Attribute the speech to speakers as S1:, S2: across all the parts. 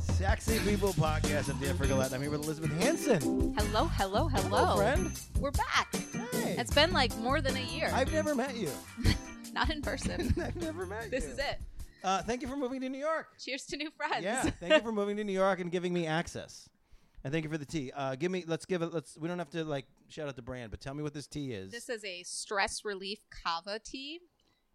S1: Sexy People Podcast. I'm Dan Fergalette. I'm here with Elizabeth Hansen.
S2: Hello, hello, hello.
S1: friend.
S2: We're back.
S1: Hey.
S2: It's been like more than a year.
S1: I've never met you.
S2: Not in person.
S1: I've never met
S2: this
S1: you.
S2: is it.
S1: Uh, thank you for moving to New York.
S2: Cheers to new friends.
S1: Yeah. Thank you for moving to New York and giving me access. And thank you for the tea. Uh, give me. Let's give it. Let's. We don't have to like shout out the brand, but tell me what this tea is.
S2: this is a stress relief kava tea.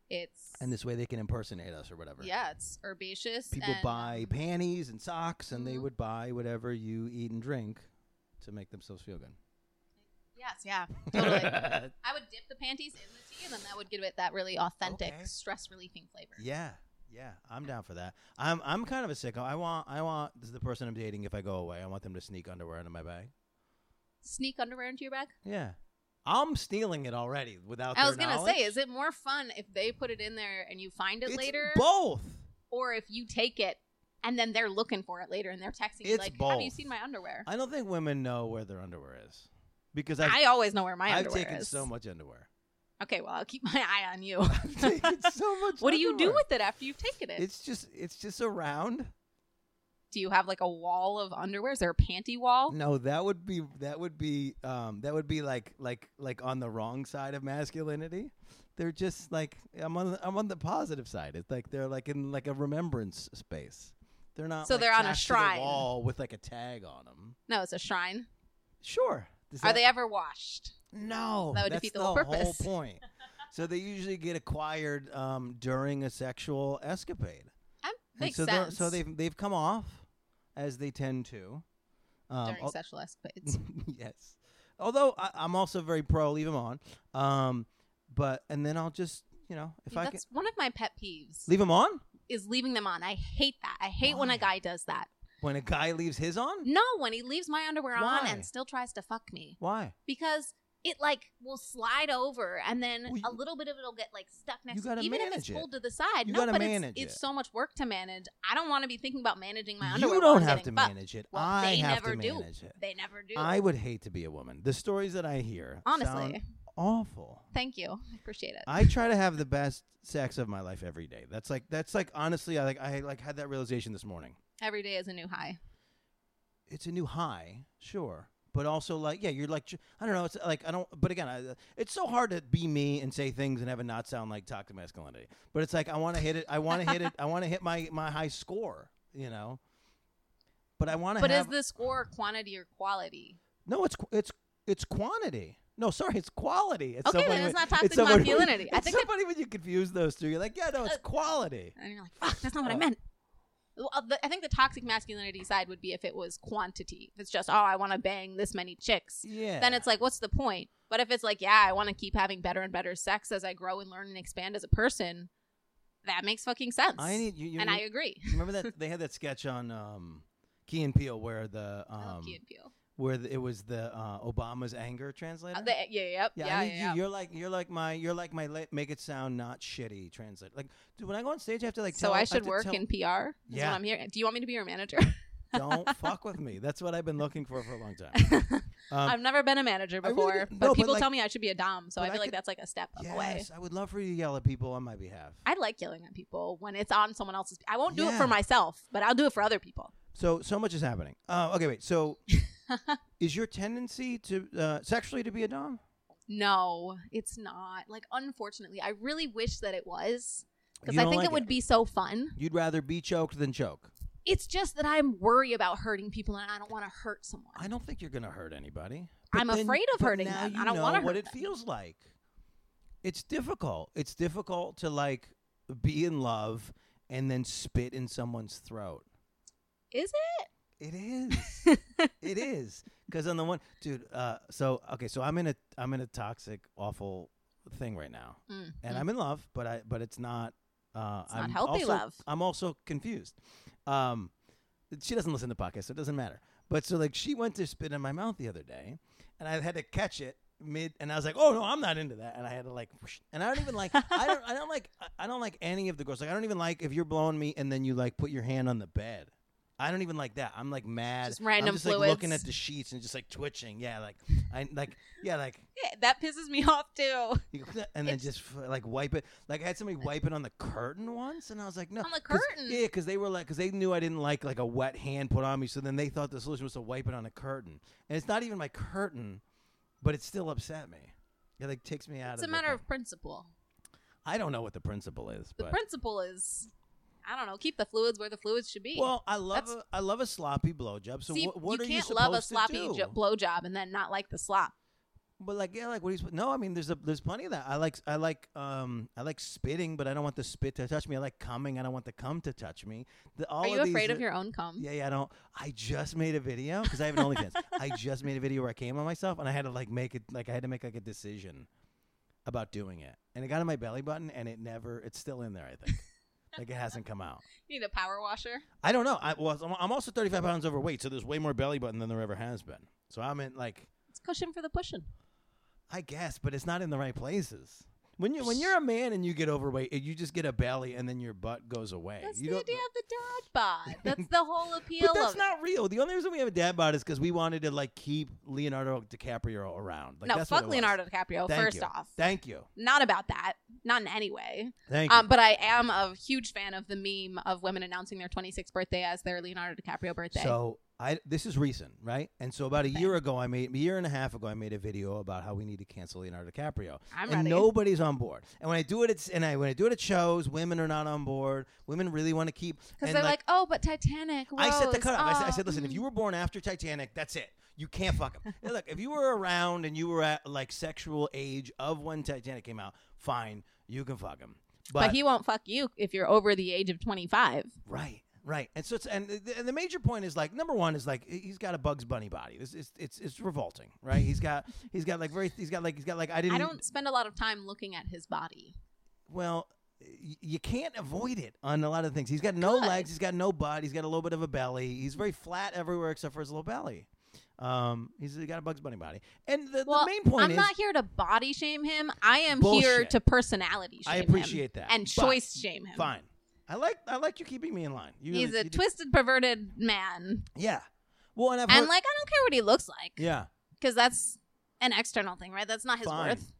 S2: It's
S1: and this way they can impersonate us or whatever.
S2: yeah, it's herbaceous.
S1: People
S2: and, uh, um,
S1: buy panties and socks, and they
S2: Mhm.
S1: would buy whatever you eat and drink to make themselves feel good.
S2: Yes, yeah, totally. I would dip the panties in the tea, and then that would give it that really authentic
S1: Okay.
S2: stress relieving flavor.
S1: Yeah, yeah, I'm down for that. I'm I'm kind of a sicko. I want I want this is the person I'm dating. If I go away, I want them to sneak underwear into my bag.
S2: Sneak underwear into your bag.
S1: Yeah, I'm stealing it already without.
S2: I
S1: their
S2: was gonna
S1: knowledge.
S2: say, is it more fun if they put it in there and you find it
S1: It's
S2: later?
S1: Both.
S2: or if you take it and then they're looking for it later and they're texting you
S1: It's
S2: like, "Have you
S1: both.
S2: seen my underwear?"
S1: I don't think women know where their underwear is because I've,
S2: I always know where my
S1: I've
S2: underwear
S1: taken
S2: is.
S1: so much underwear.
S2: Okay, well, I'll keep my eye on you.
S1: I've taken so much.
S2: what do you do
S1: underwear.
S2: with it after you've taken it?
S1: It's just it's just around.
S2: do you have like a wall of underwear? Is there a panty wall?
S1: No, that would be that would be um that would be like like like on the wrong side of masculinity. They're just like I'm on the, I'm on the positive side. It's like they're like in like a remembrance space. They're not
S2: So
S1: like,
S2: they're on a
S1: tacked to the
S2: shrine.
S1: wall with like a tag on them.
S2: No, it's a shrine.
S1: Sure. Does
S2: Are
S1: that-
S2: they ever washed?
S1: No.
S2: That would
S1: that's
S2: defeat the whole purpose.
S1: point. so they usually get acquired um during a sexual escapade.
S2: That
S1: And
S2: makes
S1: so they're-
S2: sense.
S1: so they've they've come off as they tend to. Um,
S2: during
S1: al-
S2: sexual escapades.
S1: yes. Although I, I'm also very pro leave them on. Um, but and then I'll just you know if I can
S2: That's one of my pet peeves
S1: leave them on
S2: is leaving them on. I hate that. I hate when
S1: Why?
S2: a guy does that.
S1: when a guy leaves his on.
S2: No, when he leaves my underwear on
S1: Why?
S2: and still tries to fuck me.
S1: Why?
S2: because it like will slide over and then
S1: Well, you-
S2: a little bit of it'll get like stuck next
S1: you
S2: to
S1: gotta
S2: even if it's
S1: manage it.
S2: pulled to the side.
S1: You
S2: no,
S1: gotta
S2: but
S1: manage
S2: it's,
S1: it.
S2: it's so much work to manage. I don't want to be thinking about managing my underwear.
S1: You
S2: while
S1: don't
S2: I'm
S1: have to
S2: getting fucked.
S1: manage it.
S2: Well,
S1: I
S2: they
S1: have
S2: never
S1: to
S2: do.
S1: manage it.
S2: They never do.
S1: I would hate to be a woman. The stories that I hear
S2: Honestly,
S1: sound awful.
S2: thank you. I appreciate it.
S1: I try to have the best sex of my life every day. That's like that's like honestly, I like I like had that realization this morning.
S2: Every day is a new high.
S1: it's a new high, sure, but also like yeah, you're like I don't know, it's like I don't. But again, I, it's so hard to be me and say things and have it not sound like toxic masculinity. But it's like I want to hit it. I want to hit it. I want to hit my my high score. You know. But I want to
S2: But
S1: have
S2: is the score quantity or quality?
S1: no. It's qu- it's it's quantity. No, sorry, it's quality. It's
S2: Okay, then
S1: somebody
S2: it's
S1: when-
S2: not toxic
S1: somebody when-
S2: masculinity. I
S1: it's
S2: think it-
S1: somebody when you confuse those two, you're like, yeah, no, it's
S2: Uh,
S1: quality.
S2: And you're like, fuck, that's not what
S1: Oh.
S2: I meant. Well, uh, the, I think the toxic masculinity side would be if it was quantity. If it's just, oh, I want to bang this many chicks.
S1: Yeah.
S2: then it's like, what's the point? But if it's like, yeah, I want to keep having better and better sex as I grow and learn and expand as a person, that makes fucking sense.
S1: I need you. you
S2: and
S1: re-
S2: I agree.
S1: remember that they had that sketch on um, Key and Peele where the um,
S2: I love Oh, Key and Peele.
S1: where the, it was the uh, Obama's anger translator.
S2: Uh, the- yeah, yep,
S1: yeah,
S2: yeah,
S1: I
S2: yeah,
S1: need
S2: yeah.
S1: you. You're like you're like my you're like my la- make it sound not shitty translator. Like, dude, when I go on stage, I have to like.
S2: so
S1: tell,
S2: I
S1: have
S2: should
S1: to
S2: work
S1: tell-
S2: in PR. Is
S1: Yeah.
S2: what I'm here. Do you want me to be your manager?
S1: Don't fuck with me. That's what I've been looking for for a long time. Um,
S2: I've never been a manager
S1: I really
S2: before,
S1: didn't-
S2: but
S1: no, but
S2: people
S1: like-
S2: tell me I should be a dom. So
S1: but
S2: I
S1: I
S2: feel like
S1: could-
S2: that's like a step up away.
S1: yes, I would love for you to yell at people on my behalf.
S2: I like yelling at people when it's on someone else's. I won't do it
S1: Yeah.
S2: for myself, but I'll do it for other people.
S1: So so much is happening. Uh, okay, wait. So is your tendency to uh, sexually to be a dom?
S2: No, it's not. Like, unfortunately, I really wish that it was because
S1: You
S2: I
S1: don't
S2: think
S1: like
S2: it would be so fun.
S1: You'd rather be choked than choke.
S2: It's just that I'm worried about hurting people and I don't want to hurt someone.
S1: I don't think you're gonna hurt anybody.
S2: I'm afraid of
S1: but
S2: hurting
S1: now
S2: them.
S1: You
S2: I don't
S1: know
S2: wanna
S1: what
S2: hurt
S1: it
S2: them.
S1: feels like. It's difficult. It's difficult to like be in love and then spit in someone's throat.
S2: Is
S1: It is.
S2: it?
S1: it is. Because on the one, dude. Uh, so okay. So I'm in a I'm in a toxic, awful thing right now,
S2: Mm,
S1: and
S2: mm.
S1: I'm in love, but I but it's not. Uh,
S2: It's not
S1: I'm
S2: healthy
S1: also-
S2: love.
S1: I'm also confused. Um, she doesn't listen to podcasts, so it doesn't matter. But so like she went to spit in my mouth the other day, and I had to catch it mid, and I was like, oh no, I'm not into that, and I had to like, whoosh. and I don't even like, I don't, I don't like, I- I don't like any of the girls. Like I don't even like if you're blowing me and then you like put your hand on the bed. I don't even like that. I'm like mad.
S2: Just random
S1: I'm just like looking
S2: fluids.
S1: at the sheets and just like twitching. Yeah, like I like yeah, like
S2: Yeah, that pisses me off too.
S1: you- and then
S2: It's-
S1: just f- like wipe it. Like I had somebody wipe it on the curtain once, and I was like, no,
S2: On the
S1: 'cause-
S2: curtain?
S1: Yeah, because they were like, because they knew I didn't like like a wet hand put on me, so then they thought the solution was to wipe it on a curtain, and it's not even my curtain, but it still upset me. It like takes me out.
S2: It's
S1: of the
S2: a matter
S1: thing.
S2: of principle.
S1: I don't know what the principle is,
S2: The
S1: but
S2: principle is, I don't know, keep the fluids where the fluids should be.
S1: well, I love
S2: That's-
S1: a, I love a sloppy blowjob. So
S2: See,
S1: what, what
S2: you
S1: are
S2: can't
S1: you
S2: love a
S1: supposed
S2: sloppy
S1: to
S2: jo-
S1: do?
S2: blowjob and then not like the slop.
S1: But like yeah, like what do you supposed? No, I mean there's a there's plenty of that. I like I like um I like spitting, but I don't want the spit to touch me. I like coming, I don't want the cum to touch me. The, all
S2: Are you
S1: of these,
S2: afraid of your own cum?
S1: Yeah, yeah, I don't. I just made a video because I have an OnlyFans. I just made a video where I came on myself, and I had to like make it like I had to make like a decision about doing it, and it got in my belly button, and it never. It's still in there, I think. like it hasn't come out.
S2: You need a power washer.
S1: I don't know. I was. I'm also 35 pounds overweight, so there's way more belly button than there ever has been. So I'm in like,
S2: It's cushion for the pushing.
S1: I guess, but it's not in the right places. When you when you're a man and you get overweight, you just get a belly, and then your butt goes away.
S2: That's
S1: you
S2: the
S1: don't-
S2: idea of the dad bod. That's the whole appeal
S1: But that's
S2: of
S1: not real. The only reason we have a dad bod is because we wanted to like keep Leonardo DiCaprio around.
S2: it.
S1: Like,
S2: no,
S1: that's what it
S2: fuck
S1: was.
S2: Leonardo DiCaprio,
S1: Thank
S2: first
S1: you.
S2: off.
S1: Thank you.
S2: not about that. Not in any way.
S1: Thank you.
S2: Um, but I am a huge fan of the meme of women announcing their 26th birthday as their Leonardo DiCaprio birthday.
S1: So I this is recent, right? And so about a
S2: Okay.
S1: year ago, I made a year and a half ago, I made a video about how we need to cancel Leonardo DiCaprio,
S2: I'm
S1: and
S2: ready.
S1: nobody's on board. And when I do it, it's and I when I do it at shows, women are not on board. Women really want to keep
S2: Because
S1: and,
S2: they're like, oh, but Titanic.
S1: I set the
S2: Rose,
S1: cutoff. I, said, I
S2: oh,
S1: said, listen, if
S2: mm."
S1: you were born after Titanic, that's it. You can't fuck them. look, if you were around and you were at like sexual age of when Titanic came out, fine, you can fuck him.
S2: But,
S1: But,
S2: he won't fuck you if you're over the age of 25.
S1: right, right, and so it's and the, and the major point is like number one is like he's got a Bugs Bunny body. It's it's it's, it's revolting, right? He's got he's got like very he's got like he's got like I didn't
S2: I don't spend a lot of time looking at his body.
S1: well. y- You can't avoid it on a lot of things. He's got no
S2: Good.
S1: legs. He's got no butt. He's got a little bit of a belly. He's very flat everywhere except for his little belly. Um, he's got a Bugs Bunny body. And the,
S2: Well,
S1: the main point
S2: I'm
S1: is,
S2: not here to body shame him. I am here
S1: Bullshit.
S2: to personality shame
S1: I
S2: him
S1: appreciate that.
S2: and
S1: But-
S2: choice shame him.
S1: Fine. I like I like you keeping me in line. You
S2: He's
S1: really-
S2: a
S1: you do-
S2: twisted, perverted man.
S1: Yeah. Well, and I've
S2: And
S1: heard-
S2: like, I don't care what he looks like.
S1: yeah,
S2: because that's an external thing, right? That's not his
S1: Fine.
S2: worth.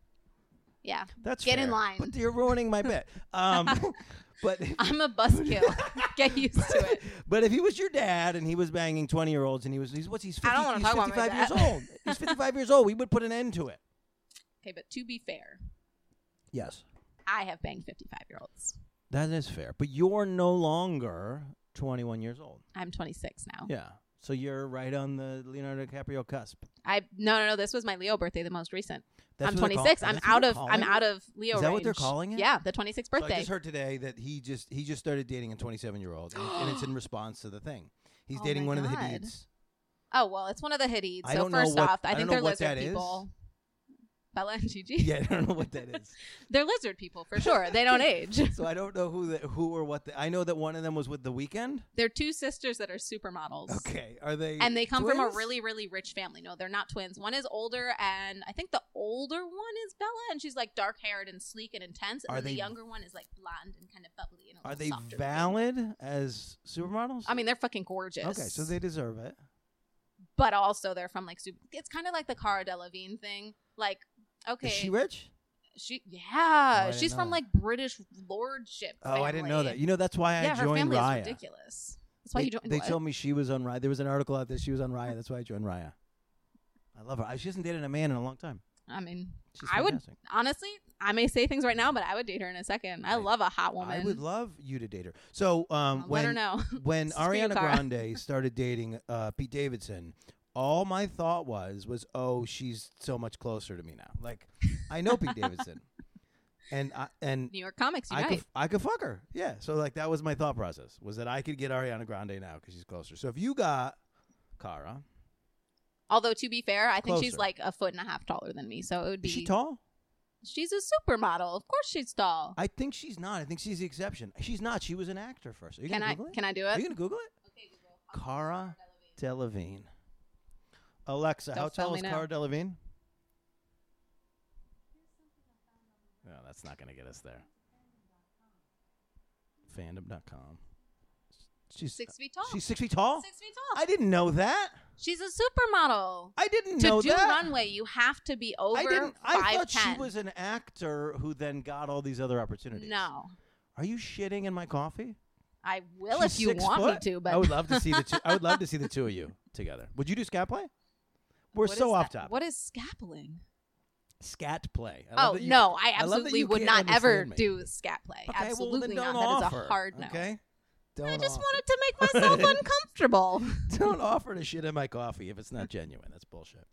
S2: Yeah,
S1: that's
S2: Get in
S1: fair.
S2: line.
S1: But you're ruining my bit. Um, but
S2: I'm a buzzkill. Get used to it.
S1: But if he was your dad and he was banging twenty year olds and he was he's what's he's 50,
S2: I don't wanna
S1: he's
S2: talk about my
S1: 55 years
S2: dad.
S1: old. He's fifty five years old. We would put an end to it.
S2: Okay, but to be fair,
S1: Yes,
S2: I have banged 55 year olds.
S1: that is fair. But you're no longer twenty one years old.
S2: I'm 26 now.
S1: Yeah. So you're right on the Leonardo DiCaprio cusp.
S2: I no no no. This was my Leo birthday, the most recent. I'm
S1: what they're call-
S2: 26. I'm
S1: that's what
S2: out
S1: they're
S2: of
S1: calling
S2: I'm
S1: it?
S2: out of Leo.
S1: Is that what they're
S2: range.
S1: calling it?
S2: Yeah, the 26th
S1: So I
S2: birthday.
S1: just heard today that he just he just started dating a 27 year old, and, and it's in response to the thing. He's
S2: Oh
S1: dating
S2: my
S1: one of the
S2: God.
S1: Hadids.
S2: oh well, it's one of the Hadids.
S1: I
S2: So
S1: don't know
S2: first
S1: what-
S2: off,
S1: I
S2: I,
S1: don't
S2: think
S1: know
S2: they're
S1: what that
S2: lizard
S1: is.
S2: people. Bella and Gigi.
S1: Yeah, I don't know what that is.
S2: they're lizard people for sure. They don't age.
S1: so I don't know who the, who or what. The, I know that one of them was with the weekend.
S2: They're two sisters that are supermodels.
S1: Okay, are they?
S2: and they come from a
S1: twins?
S2: really really rich family no they're not twins one is older and i think the older one is bella and she's like dark haired and sleek and intense
S1: Are
S2: and then the
S1: they-
S2: younger one is like blonde and kind of bubbly and a
S1: Are
S2: little
S1: they
S2: softer looking.
S1: valid as supermodels?
S2: i mean they're fucking gorgeous
S1: okay, so they deserve it.
S2: but also they're from like super it's kind of like the cara delevingne thing like
S1: Is
S2: okay
S1: she rich?
S2: she-
S1: Oh, I
S2: yeah
S1: didn't
S2: she's
S1: know
S2: from
S1: that.
S2: like british lordship
S1: Oh, I didn't know
S2: family.
S1: that. You know that's why
S2: yeah
S1: I
S2: her
S1: joined
S2: family
S1: Raya.
S2: is ridiculous that's why
S1: they,
S2: you joined
S1: They
S2: what?
S1: told me she was on Raya. There was an article out there. She was on Raya. That's why I joined Raya. I love her. I- She hasn't dated a man in a long time.
S2: i mean
S1: She's
S2: I would-
S1: fantastic.
S2: honestly i may say things right now but i would date her in a second i
S1: I-
S2: love a hot woman
S1: I would love you to date her. So um,
S2: I'll let her
S1: when
S2: know
S1: when
S2: This is for you,
S1: Ariana
S2: Cara.
S1: Grande started dating uh, Pete Davidson, all my thought was was oh she's so much closer to me now. Like I know Pete Davidson, and I, and
S2: New York Comics
S1: I
S2: Unite.
S1: could I could fuck her. Yeah. So like that was my thought process was that I could get Ariana Grande now because she's closer. So if you got Cara,
S2: Although to be fair, I think she's
S1: Closer.
S2: like a foot and a half taller than me, so it would be.
S1: is she tall?
S2: She's a supermodel. Of course, she's tall.
S1: I think she's not. I think she's the exception. She's not. She was an actor first. Are you
S2: can
S1: gonna
S2: I?
S1: Google it?
S2: Can I do
S1: Are
S2: it?
S1: you gonna Google it?
S2: okay, Google.
S1: Cara Delevingne. Alexa,
S2: Don't
S1: how
S2: fail
S1: tall
S2: me
S1: is
S2: now.
S1: Cara Delevingne? No, that's not going to get us there. Fandom.com. She's
S2: six feet tall.
S1: she's six feet tall.
S2: six feet tall.
S1: I didn't know that.
S2: she's a supermodel.
S1: I didn't
S2: to
S1: know
S2: do
S1: that.
S2: runway, you have to be over
S1: I didn't. I thought
S2: 5'10".
S1: she was an actor who then got all these other opportunities.
S2: No,
S1: Are you shitting in my coffee?
S2: I will
S1: She's
S2: if you
S1: six
S2: want
S1: foot?
S2: me to. But
S1: I would love to see the two. I would love to see the two of you together. Would you do scat play? We're
S2: What is
S1: so off
S2: that?
S1: topic.
S2: What is scapuling?
S1: scat play? I love
S2: Oh
S1: that you- I
S2: no, I
S1: love that
S2: absolutely
S1: you
S2: would
S1: can't
S2: not ever
S1: understand me.
S2: do scat play.
S1: Okay, well, then
S2: absolutely
S1: don't
S2: not. That is
S1: offer.
S2: a hard no.
S1: Okay. Don't
S2: I just
S1: offer.
S2: wanted to make myself uncomfortable.
S1: don't offer to shit in my coffee if it's not genuine. That's bullshit.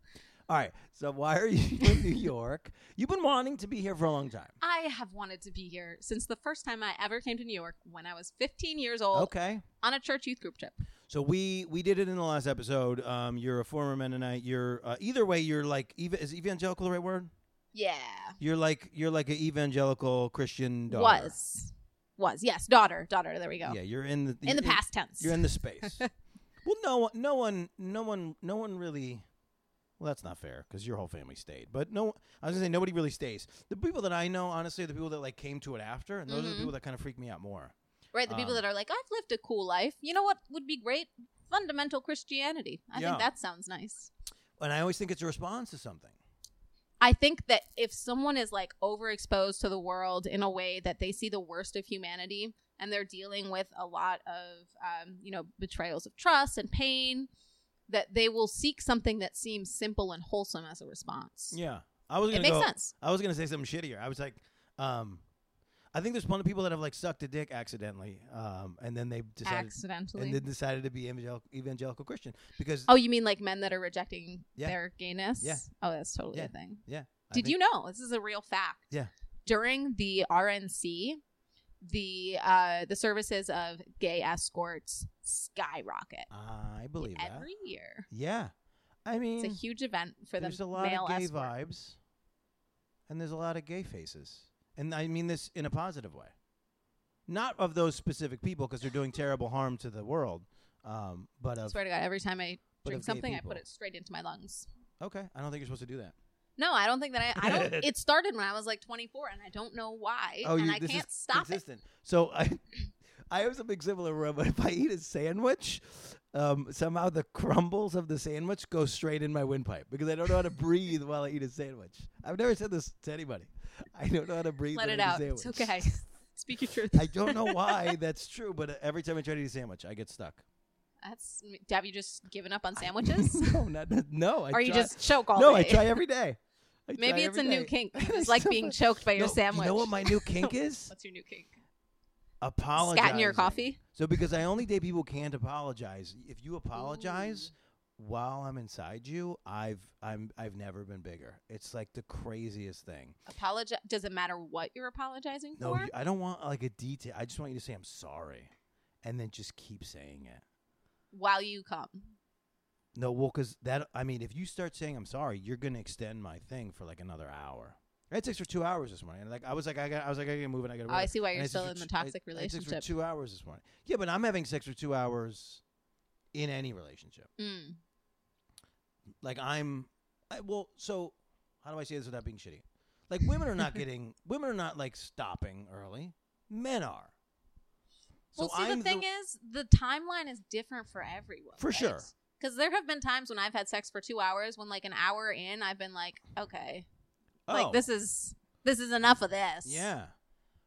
S1: All right. So why are you in New York? You've been wanting to be here for a long time.
S2: I have wanted to be here since the first time I ever came to New York when I was 15 years old
S1: Okay.
S2: on a church youth group trip.
S1: So we we did it in the last episode. Um, you're a former Mennonite. You're uh, either way. You're like eva- is evangelical the right word?
S2: Yeah,
S1: You're like you're like an evangelical Christian daughter.
S2: was was yes, daughter, daughter. There we go.
S1: Yeah, you're in the
S2: in the
S1: you're
S2: past tense.
S1: You're in the space. well, no one, no one, no one, no one really. Well, that's not fair because your whole family stayed. But no, I was gonna say nobody really stays. The people that I know, honestly, are the people that like came to it after, and those are the
S2: Mhm.
S1: people that kind of freak me out more.
S2: Right, the people
S1: Um,
S2: that are like, I've lived a cool life. You know what would be great? Fundamental Christianity. I
S1: Yeah.
S2: think that sounds nice.
S1: And I always think it's a response to something.
S2: I think that if someone is like overexposed to the world in a way that they see the worst of humanity and they're dealing with a lot of, um, you know, betrayals of trust and pain, that they will seek something that seems simple and wholesome as a response.
S1: Yeah, I was
S2: It
S1: gonna
S2: makes
S1: go-
S2: sense.
S1: I was gonna say something shittier. I was like, um, I think there's plenty of people that have like sucked a dick accidentally, um, and then they decided
S2: Accidentally.
S1: and then decided to be evangel- evangelical Christian because
S2: oh, you mean like men that are rejecting
S1: Yeah.
S2: their gayness?
S1: Yeah.
S2: Oh, that's totally
S1: Yeah.
S2: a thing.
S1: I
S2: Did
S1: think-
S2: you know this is a real fact?
S1: Yeah.
S2: During the RNC, the uh, the services of gay escorts skyrocket
S1: I believe that.
S2: every year.
S1: Yeah, I mean,
S2: It's a huge event for the
S1: there's a lot
S2: male
S1: of gay
S2: escort.
S1: vibes, and there's a lot of gay faces, and I mean this in a positive way, not of those specific people because they're doing terrible harm to the world, um, but
S2: I
S1: of
S2: swear to God, every time I
S1: but
S2: drink
S1: of gay
S2: something, I
S1: people.
S2: put it straight into my lungs.
S1: Okay, I don't think you're supposed to do that.
S2: No, I don't think that I. I don't. it started when I was like 24, and I don't know why,
S1: Oh,
S2: and
S1: you-
S2: I
S1: this is
S2: can't stop
S1: Consistent. So I, I have something similar where when- if I eat a sandwich. Um, somehow the crumbles of the sandwich go straight in my windpipe because I don't know how to breathe while I eat a sandwich. I've never said this to anybody. I don't know how to breathe.
S2: it. Let
S1: when
S2: it
S1: I eat a
S2: out. It's
S1: sandwich.
S2: okay. Speak your truth.
S1: I don't know why that's true, but uh, every time I try to eat a sandwich, I get stuck.
S2: That's. Have you just given up on sandwiches?
S1: no, not, no. I
S2: or you
S1: try-
S2: just choke all
S1: no?
S2: day?
S1: I try every day. I
S2: Maybe
S1: try
S2: it's a
S1: every
S2: new
S1: day.
S2: kink. You
S1: I
S2: just like
S1: still-
S2: being choked by your
S1: No,
S2: sandwich.
S1: You know what my new kink is?
S2: What's your new kink?
S1: Apologize.
S2: Scat in your coffee.
S1: So because I only date people who can't apologize. If you apologize while I'm inside you, I've I'm I've never been bigger. It's like the craziest thing.
S2: Apologize. Does it matter what you're apologizing
S1: No,
S2: for?
S1: you- I don't want like a detail. I just want you to say I'm sorry, and then just keep saying it.
S2: While you come.
S1: No, well, because that I mean, if you start saying I'm sorry, you're gonna extend my thing for like another hour. I had sex for two hours this morning. and, Like I was like, I got, I was like, I gotta move and I gotta.
S2: Oh, I
S1: work.
S2: see why
S1: And
S2: you're
S1: had sex
S2: still
S1: for
S2: in the
S1: two- I-
S2: toxic
S1: I had sex for
S2: relationship.
S1: two hours this morning. Yeah, but I'm having sex for two hours in any relationship.
S2: Mm.
S1: Like I'm, I, well, so how do I say this without being shitty? Like women are not getting, women are not like stopping early. Men are.
S2: Well, see, the thing is, the timeline is different for everyone.
S1: For sure.
S2: Because there have been times when I've had sex for two hours, when like an hour in, I've been like, okay, like this is this is enough of this.
S1: Oh. Yeah.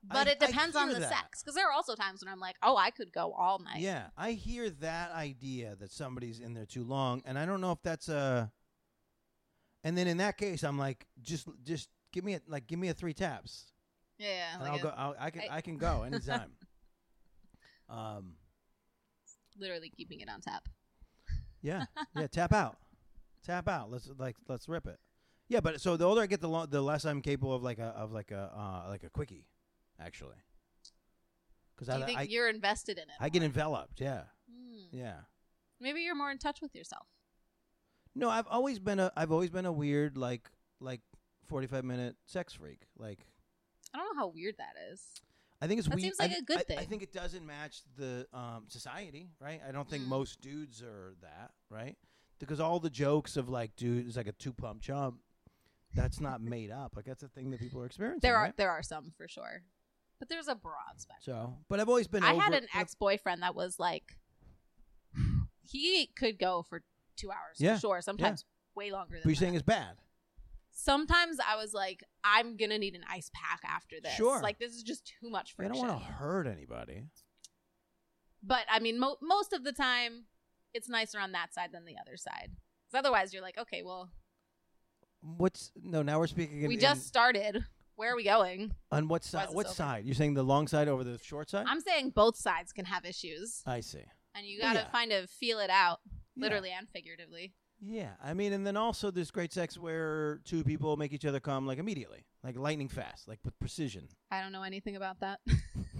S2: But
S1: I-
S2: it
S1: I
S2: depends on
S1: hear
S2: the
S1: that.
S2: sex. Because there are also times when I'm like, oh, I could go all night.
S1: Yeah, I hear that idea that somebody's in there too long, and I don't know if that's a. And then in that case, I'm like, just just give me a like give me a three taps,
S2: Yeah.
S1: and I'll
S2: like
S1: go.
S2: it
S1: I'll, I can
S2: I-
S1: I, can go anytime. um.
S2: Literally keeping it on tap.
S1: Yeah. Yeah. tap out. Tap out. Let's like let's rip it. Yeah, but so the older I get, the lo- the less I'm capable of like a of like a uh, like a quickie, actually. Because
S2: Do
S1: I,
S2: you think
S1: I
S2: you're invested in it?
S1: I get enveloped. Yeah.
S2: Hmm.
S1: Yeah.
S2: Maybe you're more in touch with yourself.
S1: No, I've always been a I've always been a weird like like 45 minute sex freak. Like
S2: I don't know how weird that is.
S1: I think it's
S2: That
S1: weird.
S2: seems
S1: I
S2: like
S1: thi-
S2: a good
S1: I- I
S2: thing.
S1: think it doesn't match the um, society, right? I don't think
S2: Mm.
S1: most dudes are that, right? Because all the jokes of like dude is like a two pump chump. That's not made up. Like that's a thing that people are experiencing.
S2: There are
S1: right?
S2: there are some for sure, but there's a broad spectrum.
S1: so, but I've always been.
S2: I
S1: over,
S2: had an
S1: I've-
S2: ex boyfriend that was like he could go for two hours
S1: Yeah,
S2: for sure. Sometimes way longer than
S1: But you're
S2: that.
S1: saying it's bad.
S2: Sometimes I was like, I'm gonna need an ice pack after this.
S1: Sure.
S2: Like this is just too much
S1: I
S2: friction.
S1: don't want to hurt anybody.
S2: But I mean, mo- most of the time, it's nicer on that side than the other side. 'Cause otherwise, you're like, okay, well,
S1: What's no? Now we're speaking. In,
S2: we
S1: in-
S2: just started. Where are we going?
S1: on what
S2: Why
S1: side?
S2: is this
S1: What
S2: over?
S1: side? You're saying the long side over the short side?
S2: I'm saying both sides can have issues,
S1: I see.
S2: and you
S1: Well,
S2: gotta
S1: Oh, yeah.
S2: kind of feel it out,
S1: Yeah.
S2: literally and figuratively.
S1: Yeah, I mean, and then also there's great sex where two people make each other come like immediately, like lightning fast, like with precision.
S2: I don't know anything about that.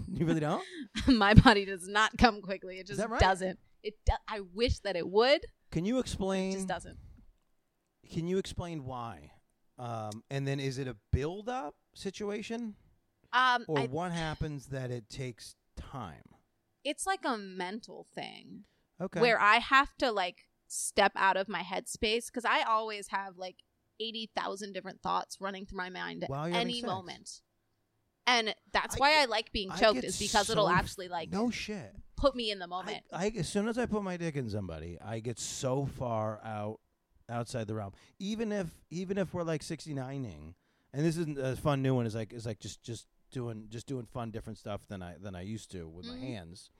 S1: You really don't?
S2: My body does not come quickly. It
S1: Is
S2: just
S1: that right?
S2: doesn't. It. Do- I wish that it would.
S1: Can you
S2: It
S1: explain?
S2: just doesn't.
S1: Can you explain why? Um, and then is it a build-up situation,
S2: Um,
S1: or
S2: I-
S1: what happens that it takes time?
S2: it's like a mental thing.
S1: Okay.
S2: where I have to like step out of my headspace because I always have like 80,000 different thoughts running through my mind at
S1: While you're having
S2: any
S1: sex.
S2: moment. And that's
S1: I
S2: why
S1: get-
S2: I like being
S1: I
S2: choked
S1: get
S2: is because it'll
S1: so-
S2: actually like
S1: no shit.
S2: put me in the
S1: I,
S2: moment.
S1: I as soon as I put my dick in somebody, I get so far out outside the realm. Even if even if we're like 69ing, and this isn't a fun new one is like is like just just doing just doing fun different stuff than I than I used to with
S2: Mhm.
S1: my hands,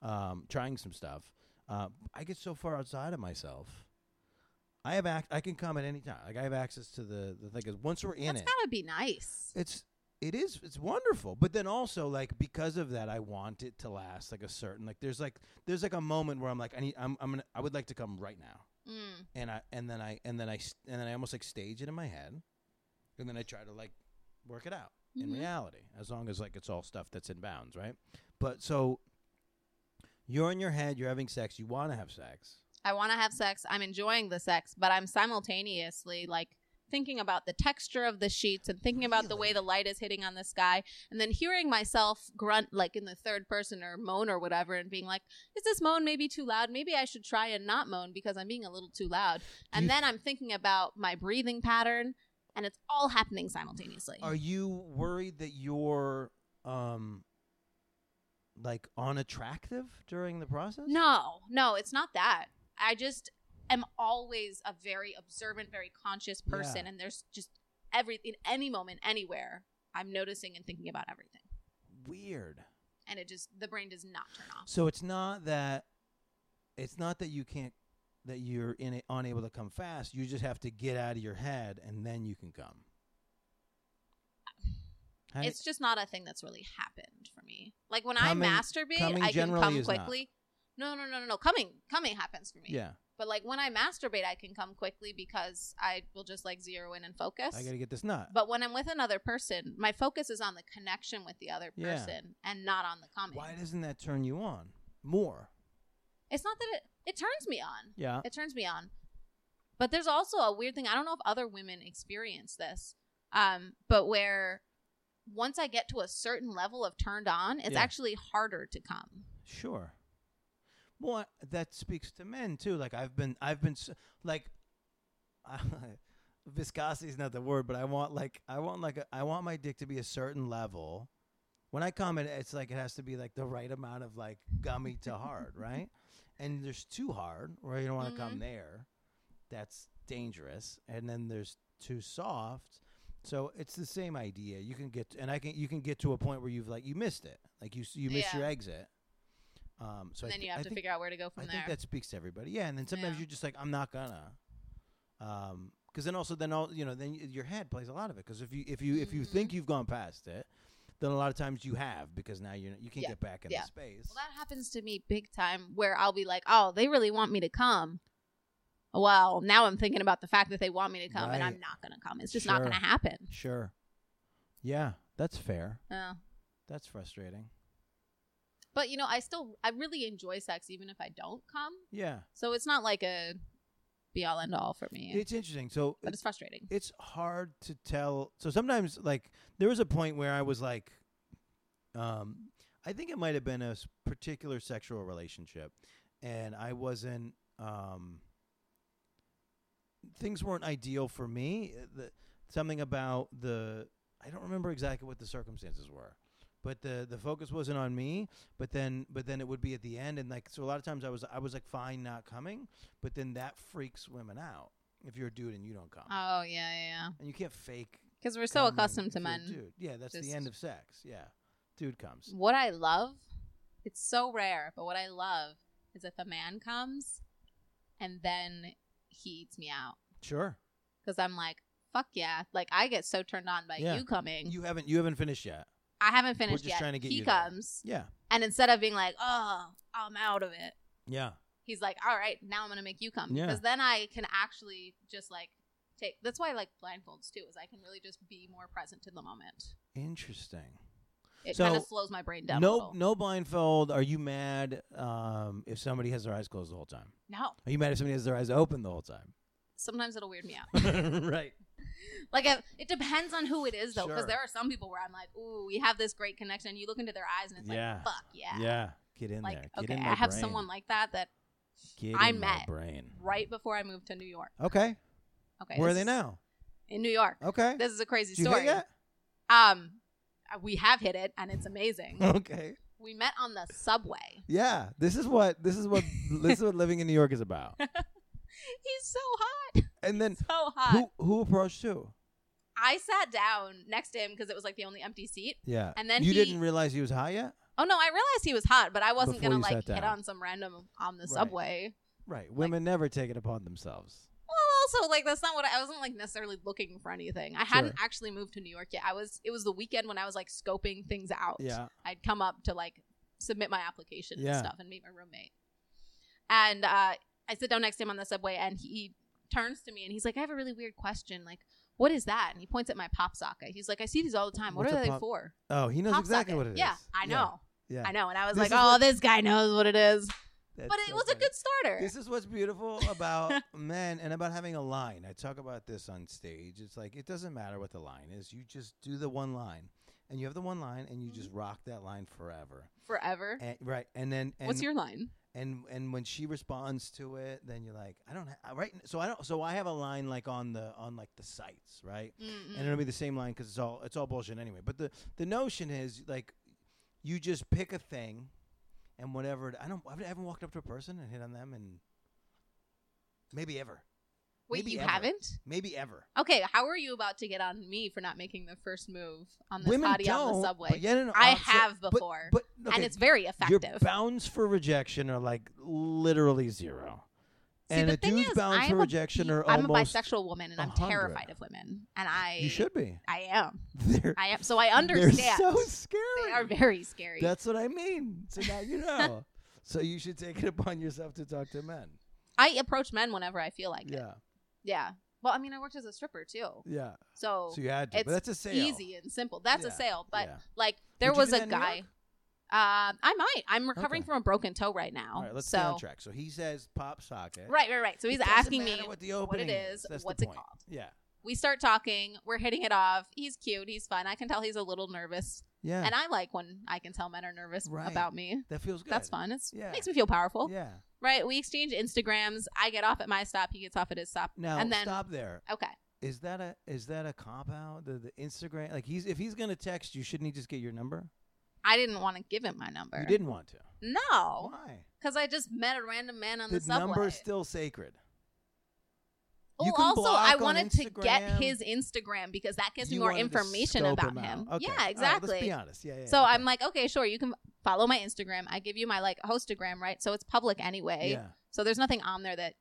S1: um, trying some stuff. Uh, I get so far outside of myself. I have ac- I can come at any time. Like I have access to the the thing is once we're in
S2: that's
S1: it
S2: gotta be nice.
S1: it's it is it's wonderful but then also like because of that i want it to last like a certain like there's like there's like a moment where i'm like i need i'm, I'm gonna i would like to come right now
S2: Mm.
S1: and i and then i and then i s- and then i almost like stage it in my head and then i try to like work it out in
S2: Mhm.
S1: reality as long as like it's all stuff that's in bounds right but so you're in your head you're having sex you want to have sex
S2: I want to have sex. I'm enjoying the sex, but I'm simultaneously like thinking about the texture of the sheets and thinking about the way
S1: Really?
S2: the light is hitting on the sky and then hearing myself grunt like in the third person or moan or whatever and being like is this moan maybe too loud maybe i should try and not moan because i'm being a little too loud and
S1: you-
S2: then i'm thinking about my breathing pattern and it's all happening simultaneously
S1: Are you worried that you're um like unattractive during the process?
S2: No, no, it's not that. I just am always a very observant, very conscious person,
S1: Yeah.
S2: and there's just every in any moment, anywhere, I'm noticing and thinking about everything,
S1: Weird.
S2: and it just the brain does not turn off.
S1: So it's not that it's not that you can't that you're in it, unable to come fast. You just have to get out of your head and then you can come. How do you-
S2: It's just not a thing that's really happened for me. Like when
S1: Coming-
S2: I masturbate,
S1: coming
S2: I can
S1: generally
S2: come
S1: is not.
S2: quickly. No, no, no, no, no. Coming, coming happens for me.
S1: yeah,
S2: But like when I masturbate, I can come quickly because I will just like zero in and focus.
S1: I got to get this nut.
S2: But when I'm with another person, my focus is on the connection with the other
S1: Yeah.
S2: person and not on the comedy.
S1: Why doesn't that turn you on more?
S2: it's not that it, it turns me on.
S1: Yeah.
S2: It turns me on. But there's also a weird thing. I don't know if other women experience this, um, but where once I get to a certain level of turned on, it's
S1: Yeah.
S2: actually harder to come.
S1: Sure. Well, I- that speaks to men too. Like I've been, I've been s- like, viscosity is not the word, but I want like, I want like, a, I want my dick to be a certain level. When I come in, it's like it has to be like the right amount of like gummy to hard, right? And there's too hard, where you don't want to come there. That's dangerous. And then there's too soft. So it's the same idea. You can get, and I can, you can get to a point where you've like you missed it, like you s- you missed
S2: Yeah.
S1: your exit. Um, so I
S2: and then
S1: thi-
S2: you have
S1: I
S2: to
S1: think,
S2: figure out where to go
S1: I
S2: from
S1: think
S2: there.
S1: that speaks to everybody. Yeah, and then sometimes
S2: Yeah.
S1: you're just like, I'm not gonna. Um, because then also then all you know then y- your head plays a lot of it. Because if you if you if you
S2: Mhm.
S1: think you've gone past it, then a lot of times you have because now you're you can't
S2: Yeah.
S1: get back in
S2: Yeah.
S1: the space.
S2: Well, that happens to me big time where I'll be like, oh, they really want me to come. Well, now I'm thinking about the fact that they want me to come and I'm
S1: Right.
S2: not going to come. It's just not
S1: Sure.
S2: going to happen.
S1: sure. Yeah, that's fair.
S2: Oh.
S1: That's frustrating.
S2: But you know, I still I really enjoy sex even if I don't come.
S1: Yeah,
S2: So it's not like a be all end all for me.
S1: it's interesting. So
S2: but it's frustrating.
S1: it's hard to tell. So sometimes, like, there was a point where I was like, um, I think it might have been a s- particular sexual relationship, and I wasn't. Um, things weren't ideal for me. Uh, The, something about the I don't remember exactly what the circumstances were, but the the focus wasn't on me. But then but then it would be at the end, and like so a lot of times I was I was like fine not coming, but then that freaks women out if you're a dude and you don't come,
S2: Oh yeah, yeah.
S1: and you can't fake.
S2: Because we're so
S1: coming
S2: accustomed to
S1: if you're a
S2: men.
S1: Dude, yeah, that's the
S2: Just-
S1: end of sex. Yeah, dude comes.
S2: What I love, it's so rare, but what I love is if a man comes and then he eats me out.
S1: Sure.
S2: Because I'm like, fuck yeah. Like, I get so turned on by
S1: Yeah.
S2: you coming.
S1: You haven't you haven't finished yet.
S2: I haven't finished
S1: just
S2: yet.
S1: trying to get
S2: he
S1: you there.
S2: comes.
S1: Yeah.
S2: And instead of being like, oh, I'm out of it,
S1: Yeah.
S2: he's like, all right, now I'm going to make you come.
S1: Yeah.
S2: Because then I can actually just like take. That's why I like blindfolds too, is I can really just be more present in the moment.
S1: Interesting.
S2: It
S1: So,
S2: kind of slows my brain down. a
S1: no
S2: little.
S1: no blindfold. Are you mad um, if somebody has their eyes closed the whole time?
S2: no.
S1: Are you mad if somebody has their eyes open the whole time?
S2: Sometimes it'll weird me out.
S1: right.
S2: Like it, it depends on who it is though, because
S1: Sure.
S2: there are some people where I'm like, ooh, we have this great connection. You look into their eyes and it's
S1: Yeah.
S2: like, fuck yeah,
S1: Yeah. Get in
S2: Like
S1: there. Get
S2: okay,
S1: in my
S2: I have
S1: brain.
S2: someone like that that
S1: Get
S2: I
S1: in my
S2: met
S1: brain.
S2: right before I moved to New York.
S1: Okay.
S2: Okay,
S1: Where are
S2: this
S1: they
S2: is-
S1: now?
S2: In New York.
S1: Okay.
S2: This is a crazy
S1: Did you hit
S2: story.
S1: yet?
S2: Um, we have hit it and it's amazing.
S1: Okay.
S2: we met on the subway.
S1: Yeah. This is what this is what this is what living in New York is about.
S2: He's so hot,
S1: And then
S2: so hot.
S1: who who approached who?
S2: I sat down next to him because it was like the only empty seat.
S1: Yeah.
S2: And then
S1: you
S2: he-
S1: didn't realize he was high yet?
S2: Oh no, I realized he was hot, but I wasn't
S1: Before
S2: gonna
S1: you
S2: like
S1: sat
S2: hit
S1: down.
S2: on some random on the
S1: Right.
S2: subway.
S1: Right. Women never take it upon themselves.
S2: Well, also like that's not what I, I wasn't like necessarily looking for anything. I hadn't actually moved to New York yet. I was it was the weekend when I was like scoping things out.
S1: Yeah.
S2: I'd come up to like submit my application
S1: Yeah.
S2: and stuff and meet my roommate. And uh, I sit down next to him on the subway and he turns to me and he's like, I have a really weird question. Like, what is that? And he points at my pop socket. He's like, I see these all the time. What
S1: What's
S2: are
S1: a
S2: they
S1: pop-
S2: for?
S1: Oh, he knows
S2: pop
S1: exactly
S2: socket.
S1: what it is.
S2: Yeah, I know.
S1: Yeah.
S2: I know. And I was
S1: This is
S2: like, oh,
S1: what-
S2: this guy knows what it is. but it was a good starter.
S1: This is what's beautiful about men and about having a line. I talk about this on stage. It's like it doesn't matter what the line is. You just do the one line, and you have the one line, and you just
S2: Mm-hmm.
S1: rock that line forever.
S2: Forever.
S1: And, right, and then and,
S2: What's your line?
S1: and and when she responds to it, then you're like, I don't ha- right. So I don't. So I have a line like on the on like the sites, right? and
S2: Mm-hmm.
S1: it'll be the same line because it's all it's all bullshit anyway. But the the notion is like you just pick a thing, and whatever. it- I don't. I haven't walked up to a person and hit on them, and maybe ever,
S2: Wait,
S1: maybe
S2: you
S1: ever.
S2: haven't?
S1: maybe ever.
S2: Okay, how are you about to get on me for not making the first move on this
S1: Women
S2: hottie
S1: don't.
S2: on the
S1: but
S2: subway?
S1: yeah, no, no, uh,
S2: I
S1: so-
S2: have
S1: but-
S2: before,
S1: but, okay,
S2: and it's very
S1: your
S2: effective.
S1: bounds for rejection are like literally zero,
S2: See,
S1: and
S2: the
S1: a
S2: thing
S1: dude's
S2: is,
S1: bounds
S2: I
S1: for
S2: am a
S1: rejection
S2: bi-
S1: are
S2: I'm a
S1: almost.
S2: bisexual woman, and I'm
S1: 100.
S2: terrified of women, and I
S1: You should be.
S2: I am,
S1: They're,
S2: I am. So I understand.
S1: They're so scary.
S2: they are very scary.
S1: That's what I mean. So now you know. so you should take it upon yourself to talk to men.
S2: I approach men whenever I feel like it.
S1: yeah,
S2: Yeah. Well, I mean, I worked as a stripper too,
S1: yeah.
S2: so,
S1: So you had to. But
S2: it's
S1: that's a sale.
S2: easy and simple. That's a
S1: Yeah,
S2: sale, but
S1: yeah.
S2: like there
S1: Would you
S2: was
S1: do
S2: a
S1: that in New
S2: guy.
S1: York?
S2: Uh, I might. I'm recovering
S1: Okay.
S2: from a broken toe right now.
S1: All right, let's
S2: so
S1: stay on track. So he says pop socket.
S2: right, right, right. So
S1: It
S2: he's
S1: doesn't
S2: asking me
S1: matter what the
S2: what
S1: opening
S2: it is,
S1: That's the
S2: what's it
S1: point.
S2: called.
S1: Yeah,
S2: We start talking. We're hitting it off. He's cute. He's fun. I can tell he's a little nervous,
S1: yeah.
S2: and I like when I can tell men are nervous
S1: Right.
S2: about me.
S1: that feels good.
S2: That's fun. It's
S1: Yeah.
S2: makes me feel powerful,
S1: Yeah.
S2: right? We exchange Instagrams. I get off at my stop. He gets off at his stop,
S1: Now
S2: and then
S1: stop there.
S2: okay,
S1: Is that a is that a cop out? The, the Instagram like he's if he's gonna text you, shouldn't he just get your number?
S2: I didn't want to give him my number.
S1: You didn't want to.
S2: No,
S1: Why?
S2: because I just met a random man Oh. on
S1: the
S2: the, subway.
S1: number's still sacred.
S2: Oh,
S1: You can
S2: also,
S1: block
S2: I
S1: on
S2: wanted to get
S1: Instagram.
S2: his Instagram because that gives me
S1: You
S2: more
S1: wanted to
S2: information
S1: scope
S2: about
S1: him.
S2: him.
S1: out. Okay. All
S2: Yeah,
S1: right,
S2: exactly.
S1: let's be honest. Yeah, yeah.
S2: So
S1: okay.
S2: I'm like, okay, sure, you can follow my Instagram. I give you my like hostagram, right? So it's public anyway.
S1: yeah.
S2: So there's nothing on there that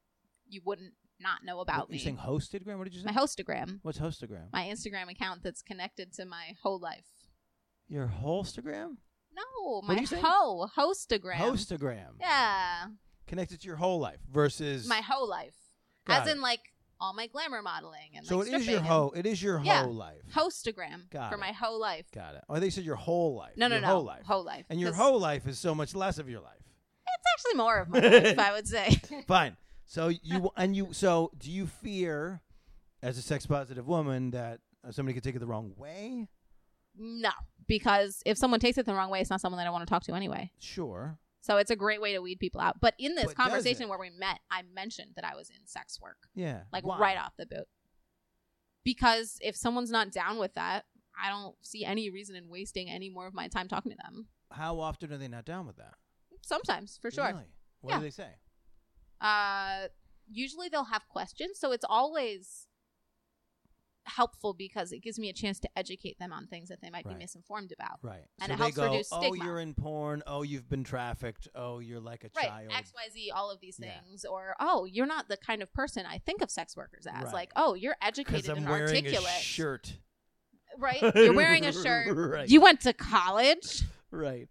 S2: you wouldn't not know about
S1: What-
S2: me.
S1: You're saying hostedgram? What did you say?
S2: my hostagram,
S1: What's hostagram?
S2: my Instagram account that's connected to my whole life.
S1: Your holstagram? are
S2: No, my
S1: you saying?
S2: ho hostagram.
S1: Hostagram.
S2: Yeah,
S1: Connected to your whole life versus
S2: my whole life,
S1: Got
S2: as in like all my glamour modeling and
S1: So it
S2: like,
S1: is your
S2: stripping and-
S1: whole. It is your
S2: Yeah.
S1: whole life.
S2: hostagram
S1: Got
S2: for
S1: it.
S2: my whole life.
S1: Got it. Oh, they said your whole life.
S2: No, no,
S1: your
S2: no,
S1: Whole life.
S2: whole life.
S1: and your
S2: 'Cause
S1: whole life is so much less of your life.
S2: It's actually more of my life, I would say.
S1: Fine. So you and you. So do you fear, as a sex positive woman, that uh, somebody could take it the wrong way?
S2: No, because if someone takes it the wrong way, it's not someone that I want to talk to anyway.
S1: Sure.
S2: So it's a great way to weed people out. But in this
S1: But does
S2: conversation
S1: it?
S2: where we met, I mentioned that I was in sex work,
S1: Yeah.
S2: like
S1: Why?
S2: right off the boat. Because if someone's not down with that, I don't see any reason in wasting any more of my time talking to them.
S1: How often are they not down with that?
S2: Sometimes, for sure.
S1: Really? What
S2: Yeah.
S1: do they say?
S2: Uh, usually they'll have questions, so it's always helpful because it gives me a chance to educate them on things that they might
S1: Right.
S2: be misinformed about.
S1: Right. so
S2: And it
S1: they
S2: helps
S1: go,
S2: reduce
S1: oh,
S2: stigma."
S1: you're in porn. Oh, you've been trafficked. Oh, you're like a
S2: Right,
S1: child.
S2: X, Y, Z, all of these
S1: Yeah.
S2: things, or oh, you're not the kind of person I think of sex workers as.
S1: Right.
S2: Like, oh, you're educated
S1: I'm
S2: and
S1: wearing
S2: articulate,
S1: a shirt.
S2: right? You're wearing a shirt.
S1: right.
S2: You went to college.
S1: right.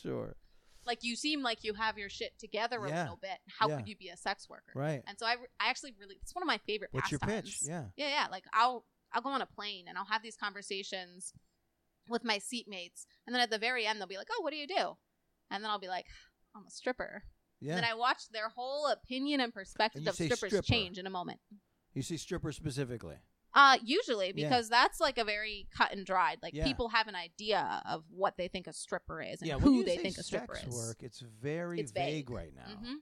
S1: sure.
S2: Like, you seem like you have your shit together a
S1: Yeah.
S2: little bit. How
S1: Yeah.
S2: could you be a sex worker?
S1: Right.
S2: And so I, I actually really, it's one of my favorite.
S1: What's your pitch?
S2: pastimes.
S1: Yeah.
S2: yeah yeah like i'll i'll go on a plane and i'll have these conversations with my seatmates and then at the very end they'll be like oh what do you do and then i'll be like i'm a stripper
S1: Yeah.
S2: and then i watch their whole opinion and perspective
S1: And you
S2: of
S1: say
S2: strippers
S1: stripper.
S2: change in a moment
S1: you see strippers specifically.
S2: uh usually
S1: Yeah.
S2: because that's like a very cut and dried like
S1: Yeah.
S2: people have an idea of what they think a stripper is and
S1: yeah. when
S2: who
S1: you
S2: they
S1: say
S2: think a stripper
S1: sex
S2: is
S1: work, it's very
S2: It's
S1: vague.
S2: vague.
S1: right now.
S2: hmm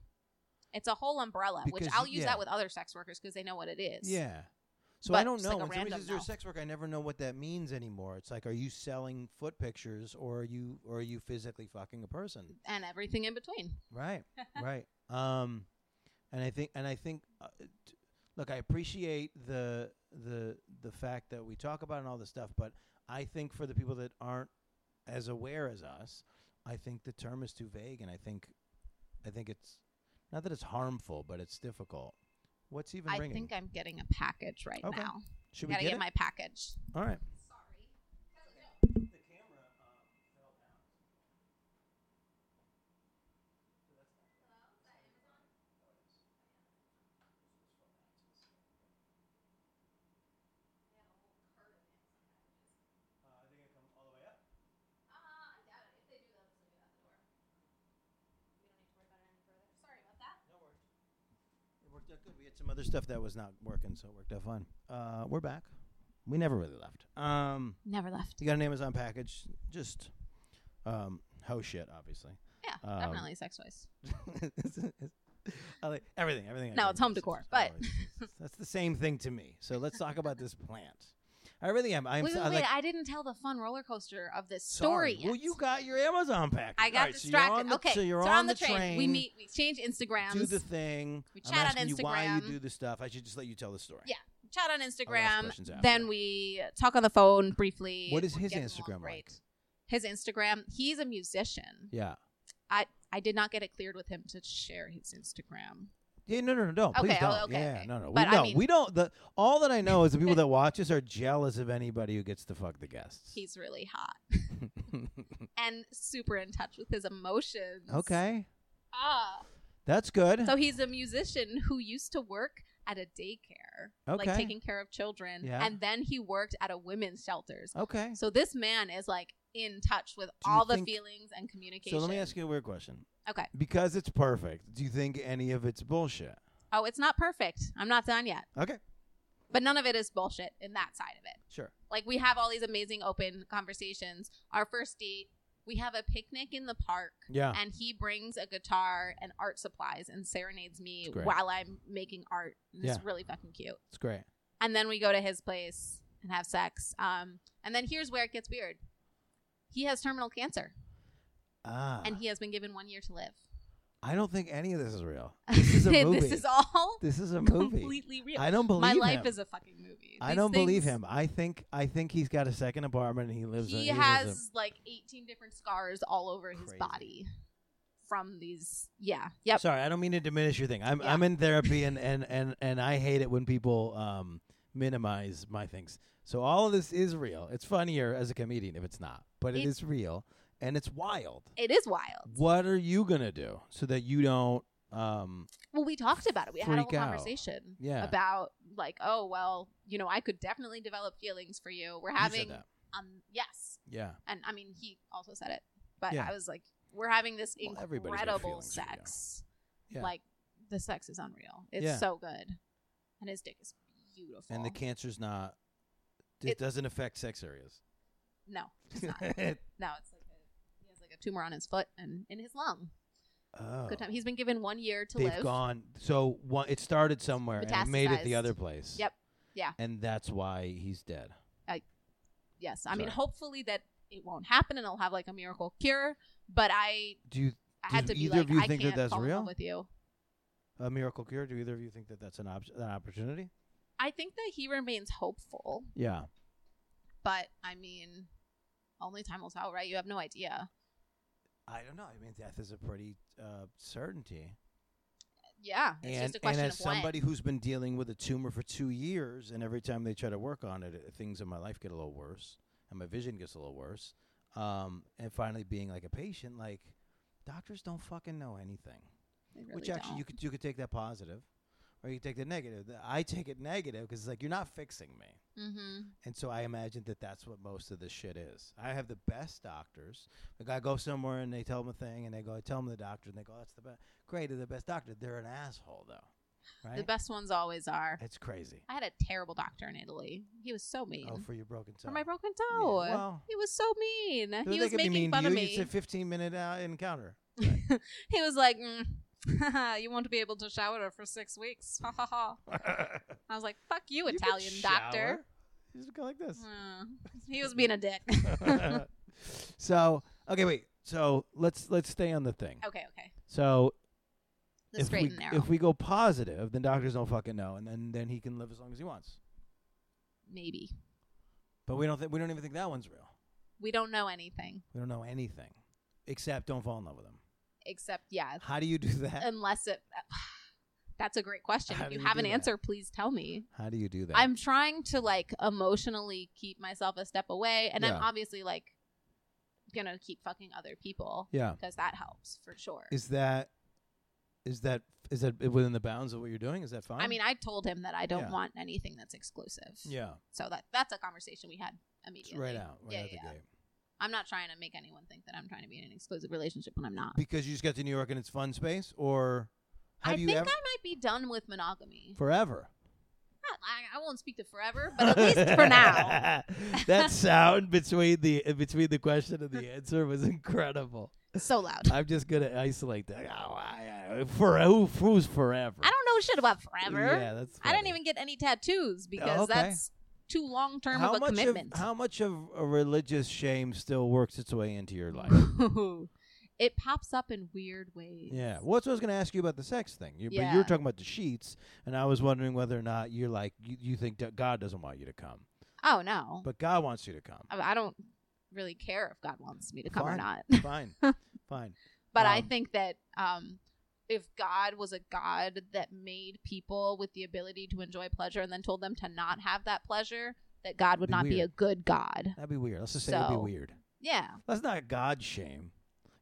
S2: it's a whole umbrella which
S1: Because
S2: i'll
S1: you-
S2: use
S1: yeah.
S2: that with other sex workers because they know what it is
S1: Yeah. So I
S2: But
S1: don't
S2: just
S1: know.
S2: like a
S1: when somebody
S2: random
S1: says they're a
S2: no.
S1: sex worker, I never know what that means anymore. It's like, are you selling foot pictures or are you or are you physically fucking a person?
S2: and everything in between
S1: Right. right. Um, and I think, and I think, uh, t- look, I appreciate the the the fact that we talk about it and all this stuff, but I think for the people that aren't as aware as us, I think the term is too vague, and I think, I think it's not that it's harmful, but it's difficult. What's even
S2: i
S1: ringing?
S2: think i'm getting a package right
S1: Okay.
S2: now
S1: Should we
S2: gotta
S1: get,
S2: get,
S1: it?
S2: my package.
S1: all right. It worked out good. We had some other stuff that was not working, so it worked out fine. Uh, we're back. We never really left. Um,
S2: Never left.
S1: you got an Amazon package, just um, hoe shit, obviously.
S2: Yeah,
S1: Um,
S2: definitely sex toys.
S1: I like everything, everything. I
S2: No,
S1: do Oh,
S2: it's home
S1: is-
S2: decor,
S1: is
S2: but-
S1: always- that's the same thing to me. So let's talk about this plant. I really am. I'm
S2: wait,
S1: so-
S2: wait,
S1: I
S2: wait!
S1: like,
S2: I didn't tell the fun roller coaster of this
S1: sorry.
S2: story.
S1: Well,
S2: yet.
S1: you got your Amazon package.
S2: I got
S1: All right, So
S2: distracted.
S1: you're on the,
S2: okay,
S1: so you're
S2: on the train. We meet. We change
S1: Do
S2: Instagrams.
S1: the thing.
S2: We
S1: I'm
S2: chat on
S1: asking you why you
S2: Instagram.
S1: do the stuff. I should just let you tell the story.
S2: Yeah. chat on
S1: Oh, questions
S2: Instagram.
S1: after.
S2: Then we talk on the phone briefly.
S1: What is
S2: We
S1: his
S2: get along
S1: Instagram
S2: great.
S1: like?
S2: His Instagram. He's a musician.
S1: Yeah.
S2: I did not get it cleared with him to share his Instagram.
S1: Yeah, no, no, no, no. Please
S2: Okay,
S1: don't.
S2: oh, okay,
S1: yeah,
S2: okay.
S1: no, no. We
S2: But I
S1: know.
S2: mean-
S1: we don't. The all that I know is the people that watch us are jealous of anybody who gets to fuck the guests.
S2: He's really hot and super in touch with his emotions.
S1: okay,
S2: Ah.
S1: that's good.
S2: So he's a musician who used to work at a daycare,
S1: Okay.
S2: like taking care of children,
S1: Yeah.
S2: and then he worked at a women's shelters.
S1: okay.
S2: So this man is like in touch with
S1: Do you
S2: all the
S1: think-
S2: feelings and communication.
S1: So let me ask you a weird question.
S2: Okay.
S1: Because it's perfect, do you think any of it's bullshit?
S2: Oh, it's not perfect. I'm not done yet,
S1: Okay,
S2: but none of it is bullshit in that side of it.
S1: sure.
S2: Like we have all these amazing open conversations. Our first date, we have a picnic in the park.
S1: Yeah,
S2: And he brings a guitar and art supplies and serenades me
S1: It's great.
S2: while I'm making art. And It's
S1: Yeah.
S2: really fucking cute.
S1: it's great.
S2: and then we go to his place and have sex. Um, and then here's where it gets weird. He has terminal cancer,
S1: Ah,
S2: and he has been given one year to live.
S1: I don't think any of this is real. This is a movie.
S2: this is all
S1: This is a movie.
S2: completely real.
S1: I don't believe
S2: My life
S1: him.
S2: is a fucking movie.
S1: I
S2: These
S1: don't believe
S2: things-
S1: him. I think I think he's got a second apartment and he lives. in-
S2: He
S1: lives in-
S2: has like 18 different scars all over his
S1: Crazy.
S2: body from these. Yeah. Yep.
S1: Sorry, I don't mean to diminish your thing. I'm
S2: Yeah.
S1: I'm in therapy and, and, and, and I hate it when people um, minimize my things. So all of this is real. It's funnier as a comedian if it's not, but it
S2: It-
S1: is real and it's wild.
S2: it is wild.
S1: What are you gonna do so that you don't? Um,
S2: Well, we talked about it. We had a whole
S1: Freak out.
S2: conversation
S1: Yeah.
S2: about like, oh well, you know, I could definitely develop feelings for you. We're having
S1: you said that.
S2: um, yes,
S1: yeah,
S2: and I mean he also said it, but
S1: Yeah.
S2: I was like, we're having this
S1: Well, everybody's got
S2: incredible
S1: feelings, yeah.
S2: sex.
S1: Yeah.
S2: Like the sex is unreal. It's
S1: Yeah.
S2: so good, and his dick is beautiful.
S1: and the cancer's not. It,
S2: It-
S1: doesn't affect sex areas.
S2: no, it's not. no, it's like a, he has like a tumor on his foot and in his lung.
S1: oh,
S2: Good time. He's been given one year to
S1: they've
S2: live.
S1: gone. So one, it started somewhere and it made it the
S2: metastasized.
S1: other place.
S2: Yep. Yeah.
S1: and that's why he's dead.
S2: I- yes, I mean,
S1: Sorry.
S2: hopefully that it won't happen and I'll have like a miracle cure. But I,
S1: Do you
S2: I had
S1: Do
S2: to be
S1: either
S2: like,
S1: of you
S2: I
S1: think that
S2: can't
S1: that's
S2: fall in love
S1: real?
S2: with you.
S1: a miracle cure? Do either of you think that that's an, op- an opportunity?
S2: I think that he remains hopeful,
S1: Yeah.
S2: but I mean, only time will tell, right? You have no idea.
S1: I don't know. I mean, death is a pretty uh, certainty.
S2: Yeah, it's
S1: and,
S2: just a question
S1: and as
S2: of when.
S1: somebody who's been dealing with a tumor for two years, and every time they try to work on it, it- things in my life get a little worse, and my vision gets a little worse. Um, and finally, being like a patient, like doctors don't fucking know anything.
S2: They
S1: Which
S2: really
S1: actually, you
S2: don't.
S1: could you could take that positive, or you could take the negative. The- I take it negative because it's like you're not fixing me.
S2: Mhm.
S1: And so I imagine that that's what most of this shit is. I have the best doctors. Like I go somewhere and they tell them a thing, and they go, I tell them the doctor, and they go, that's the best. Great, they're the best doctor. They're an asshole though, right?
S2: The best ones always are.
S1: It's crazy.
S2: I had a terrible doctor in Italy. He was so mean.
S1: Oh, for your broken toe.
S2: for my broken
S1: Yeah,
S2: toe.
S1: well,
S2: he was so mean.
S1: they-
S2: He
S1: they
S2: was
S1: could be mean
S2: making
S1: to
S2: fun
S1: you.
S2: of
S1: It's a
S2: me.
S1: 15 minute uh, encounter.
S2: He was like, mm, "You won't be able to shower for six weeks." Ha ha ha. I was like, "Fuck you,
S1: You could
S2: Italian doctor."
S1: shower. You just go like this.
S2: Mm. He was being a dick. Mm.
S1: so okay, wait. So let's let's stay on the thing.
S2: okay, okay.
S1: So
S2: The straight
S1: we,
S2: and narrow.
S1: If we go positive, then doctors don't fucking know, and then then he can live as long as he wants.
S2: Maybe
S1: But we don't think we don't even think that one's real.
S2: we don't know anything
S1: We don't know anything except don't fall in love with him.
S2: except yeah,
S1: How do you do that?
S2: unless it. That's a great question.
S1: How
S2: If
S1: do
S2: you
S1: you
S2: have
S1: do
S2: an
S1: that?
S2: answer, please tell me.
S1: How do you do that?
S2: I'm trying to like emotionally keep myself a step away, and I'm
S1: Yeah.
S2: obviously like gonna keep fucking other people
S1: yeah.
S2: because that helps for sure.
S1: Is that is that is that within the bounds of what you're doing? Is that fine?
S2: I mean, I told him that I don't
S1: Yeah.
S2: want anything that's exclusive.
S1: yeah,
S2: So that that's a conversation we had
S1: it's
S2: immediately.
S1: right out, right
S2: yeah,
S1: out
S2: yeah.
S1: the gate.
S2: I'm not trying to make anyone think that I'm trying to be in an exclusive relationship when I'm not.
S1: Because you just got to New York and it's fun space, or
S2: I
S1: have you
S2: think I
S1: ever
S2: might be done with monogamy.
S1: forever?
S2: Not- I, I won't speak to forever, but at least for now.
S1: that sound between the between the question and the answer was incredible.
S2: So loud.
S1: I'm just gonna isolate that. Oh, I, I, for who, who's forever?
S2: I don't know shit about forever.
S1: Yeah, that's.
S2: I didn't
S1: funny.
S2: even get any tattoos because
S1: okay.
S2: that's too long term of a
S1: much
S2: commitment.
S1: Of, how much of a religious shame still works its way into your life?
S2: it pops up in weird ways.
S1: yeah. Well, that's what I was going to ask you about the sex thing. You, But you
S2: Yeah.
S1: were talking about the sheets, and I was wondering whether or not you're like you, you think that God doesn't want you to come,
S2: Oh no.
S1: but God wants you to come.
S2: I I don't really care if God wants me to come or
S1: Fine.
S2: not.
S1: Fine, fine.
S2: But I
S1: Um,
S2: think that um, if God was a God that made people with the ability to enjoy pleasure and then told them to not have that pleasure, that God would
S1: Be
S2: not be a
S1: weird.
S2: good God.
S1: That'd be weird. Let's just say it'd be
S2: So-
S1: weird.
S2: Yeah.
S1: That's not God shame.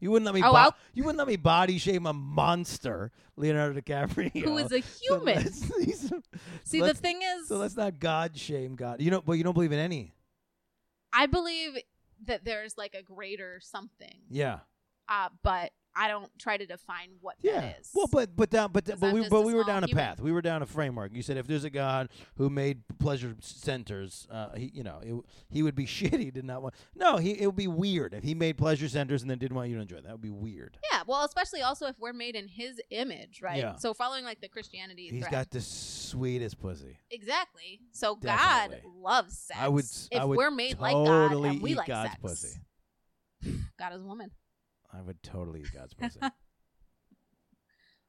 S1: You wouldn't let me.
S2: Oh,
S1: bo-
S2: I'll-
S1: you wouldn't let me body shame a monster, Leonardo DiCaprio,
S2: Who is a
S1: So
S2: human.
S1: let's- he's a-
S2: See, the
S1: let's-
S2: thing is,
S1: So let's not God shame God. You know, but you don't believe in any.
S2: I believe that there's like a greater something,
S1: Yeah.
S2: uh, but I don't try to define what
S1: Yeah.
S2: that is.
S1: Well, but but down but
S2: 'Cause
S1: but
S2: I'm
S1: we
S2: just
S1: but
S2: a
S1: we were
S2: small
S1: down a
S2: human.
S1: path. We were down a framework. You said if there's a God who made pleasure centers, uh, he you know it, he would be shitty. He Did not want. No, he it would be weird if he made pleasure centers and then didn't want you to enjoy. It. That would be weird.
S2: yeah, well, especially also if we're made in His image, right?
S1: Yeah.
S2: So following like the Christianity
S1: He's
S2: thread.
S1: got the sweetest pussy.
S2: Exactly. So
S1: Definitely.
S2: God loves sex.
S1: I would s-
S2: If
S1: I would
S2: we're made like God
S1: totally
S2: and we
S1: eat
S2: like
S1: God's
S2: sex,
S1: pussy.
S2: God is a woman.
S1: I would totally eat God's pussy.
S2: But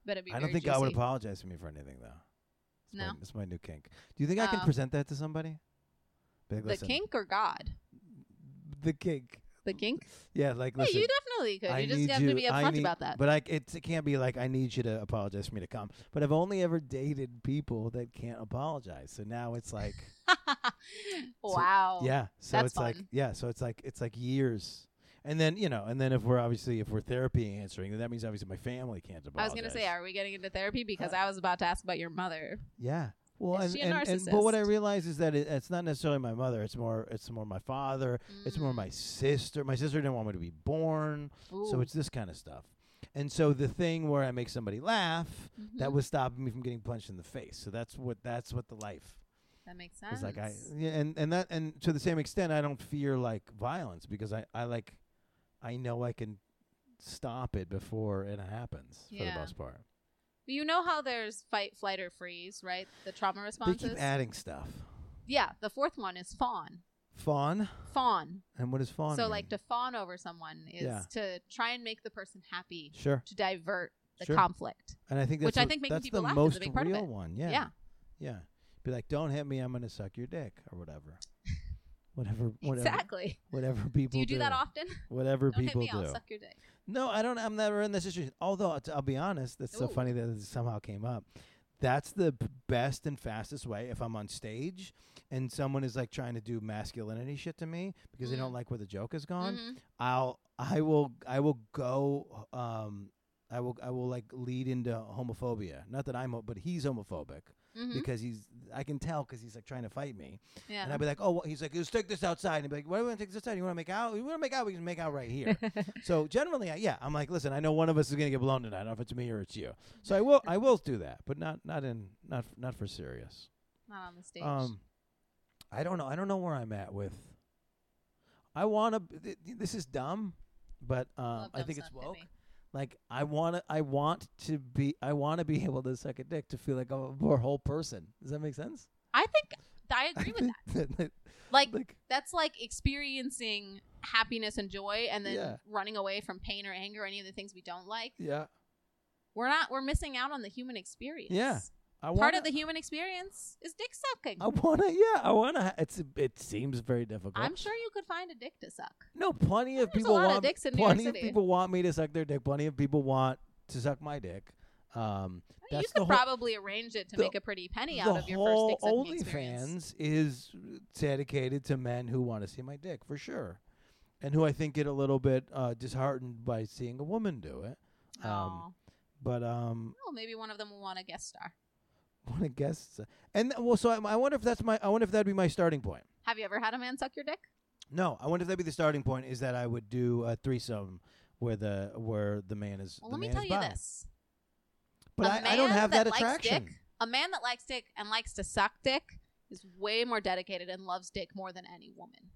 S2: it'd be
S1: I don't
S2: very
S1: think God would
S2: juicy.
S1: apologize to me for anything though. It's my,
S2: No?
S1: it's my new kink. Do you think I can
S2: Oh.
S1: present that to somebody? Be like,
S2: The
S1: "Listen,
S2: kink or God?
S1: The kink.
S2: The kink?
S1: Yeah, like
S2: Yeah,
S1: listen.
S2: you definitely could.
S1: I
S2: you just
S1: need
S2: have
S1: you,
S2: to be
S1: I
S2: upfront
S1: need,
S2: about that.
S1: But I, it, it can't be like I need you to apologize for me to come. But I've only ever dated people that can't apologize. So now it's like,
S2: wow.
S1: yeah. So
S2: Oh, that's
S1: it's like,
S2: fun.
S1: yeah. So it's like, it's like years. And then you know, and then if we're obviously if we're therapy answering, then that means obviously my family can't
S2: I
S1: apologize.
S2: was gonna say, are we getting into therapy? Because
S1: Uh,
S2: I was about to ask about your mother.
S1: Yeah. Well, and,
S2: Is she a
S1: and, and but what I
S2: narcissist?
S1: realize is that it, it's not necessarily my mother. It's more it's more my father. It's more
S2: Mm.
S1: my sister. My sister didn't want me to be born, so
S2: Ooh.
S1: it's this kind of stuff. And so the thing where I make somebody laugh that
S2: Mhm.
S1: was stopping me from getting punched in the face. So that's what that's what the life
S2: that makes sense.
S1: is like. I yeah, and and that and to the same extent, I don't fear like violence because I I like I know I can stop it before it happens for
S2: Yeah.
S1: the most part.
S2: you know how there's fight, flight, or freeze, right? The trauma
S1: They
S2: responses.
S1: keep adding stuff.
S2: yeah, the fourth one is fawn.
S1: Fawn.
S2: Fawn.
S1: And what is fawn?
S2: so,
S1: mean?
S2: like, to fawn over someone is
S1: Yeah.
S2: to try and make the person happy,
S1: sure.
S2: to divert the
S1: Sure.
S2: conflict.
S1: And I think that's
S2: Which I
S1: what-
S2: think making
S1: that's
S2: people
S1: the
S2: laugh is a
S1: most
S2: big part of
S1: real
S2: it.
S1: one. Yeah.
S2: Yeah.
S1: Yeah. Be like, don't hit me. I'm gonna suck your dick or whatever. Whatever. Whatever.
S2: Exactly.
S1: Whatever people
S2: Do you do that often?
S1: Whatever
S2: Don't hit
S1: people
S2: me.
S1: do.
S2: I'll suck your dick.
S1: No, I don't. I'm never in this situation. Although I'll t- I'll be honest, that's so
S2: Ooh.
S1: funny that it somehow came up. That's the b- best and fastest way if I'm on stage and someone is like trying to do masculinity shit to me because they don't
S2: Mm.
S1: like where the joke has gone.
S2: Mhm.
S1: I'll I will I will go um I will I will like lead into homophobia. Not that I'm ho- but he's homophobic
S2: Mhm.
S1: because he's I can tell because he's like trying to fight me. And
S2: Yeah.
S1: I'd be like, oh, well, he's like, let's take this outside. And I'd be like, why do we want to take this outside? You want to make out? You want to make out? We can make out right here. so generally, I, yeah, I'm like, listen, I know one of us is going to get blown tonight. I don't know if it's me or it's you. So I will, I will do that, but not, not in, not, f- not for serious.
S2: Not on the stage.
S1: Um, I don't know. I don't know where I'm at with. I want to. Th- th- this is dumb, but um,
S2: Love
S1: I
S2: dumb
S1: think it's
S2: stuff, hit
S1: woke.
S2: me.
S1: Like I want to. I want to be. I want to be able to suck a dick to feel like I'm a more whole person. Does that make sense?
S2: I think I agree with that.
S1: that.
S2: Like,
S1: like
S2: that's like experiencing happiness and joy and then
S1: Yeah.
S2: running away from pain or anger or any of the things we don't like
S1: yeah.
S2: we're not we're missing out on the human experience
S1: Yeah, I
S2: part
S1: wanna,
S2: of the human experience is dick sucking
S1: I wanna. Yeah, I wanna. It's. It seems very difficult.
S2: i'm sure you could find a dick to suck
S1: No, plenty of
S2: There's
S1: people
S2: a lot
S1: want.
S2: of dicks in New York
S1: plenty of
S2: City.
S1: people want me to suck their dick. Plenty of people want to suck my dick. Um,
S2: you
S1: that's
S2: could
S1: the whole.
S2: probably arrange it to
S1: the-
S2: make a pretty penny
S1: the
S2: out of your first
S1: whole
S2: dick sucking experience
S1: OnlyFans is dedicated to men who want to see my dick for sure, and who I think get a little bit uh, disheartened by seeing a woman do it.
S2: oh
S1: Um, But um,
S2: well maybe one of them will want a guest star
S1: want to guess, uh, and th- well, so I, I wonder if that's my. I wonder if that'd be my starting point.
S2: have you ever had a man suck your dick
S1: No, I wonder if that'd be the starting point. Is that I would do a threesome where the where the man is.
S2: well
S1: the
S2: let me
S1: man
S2: tell
S1: is
S2: you
S1: bi.
S2: this
S1: But
S2: A
S1: I, I don't
S2: man
S1: have
S2: that
S1: that
S2: likes
S1: attraction.
S2: dick a man that likes dick and likes to suck dick is way more dedicated and loves dick more than any woman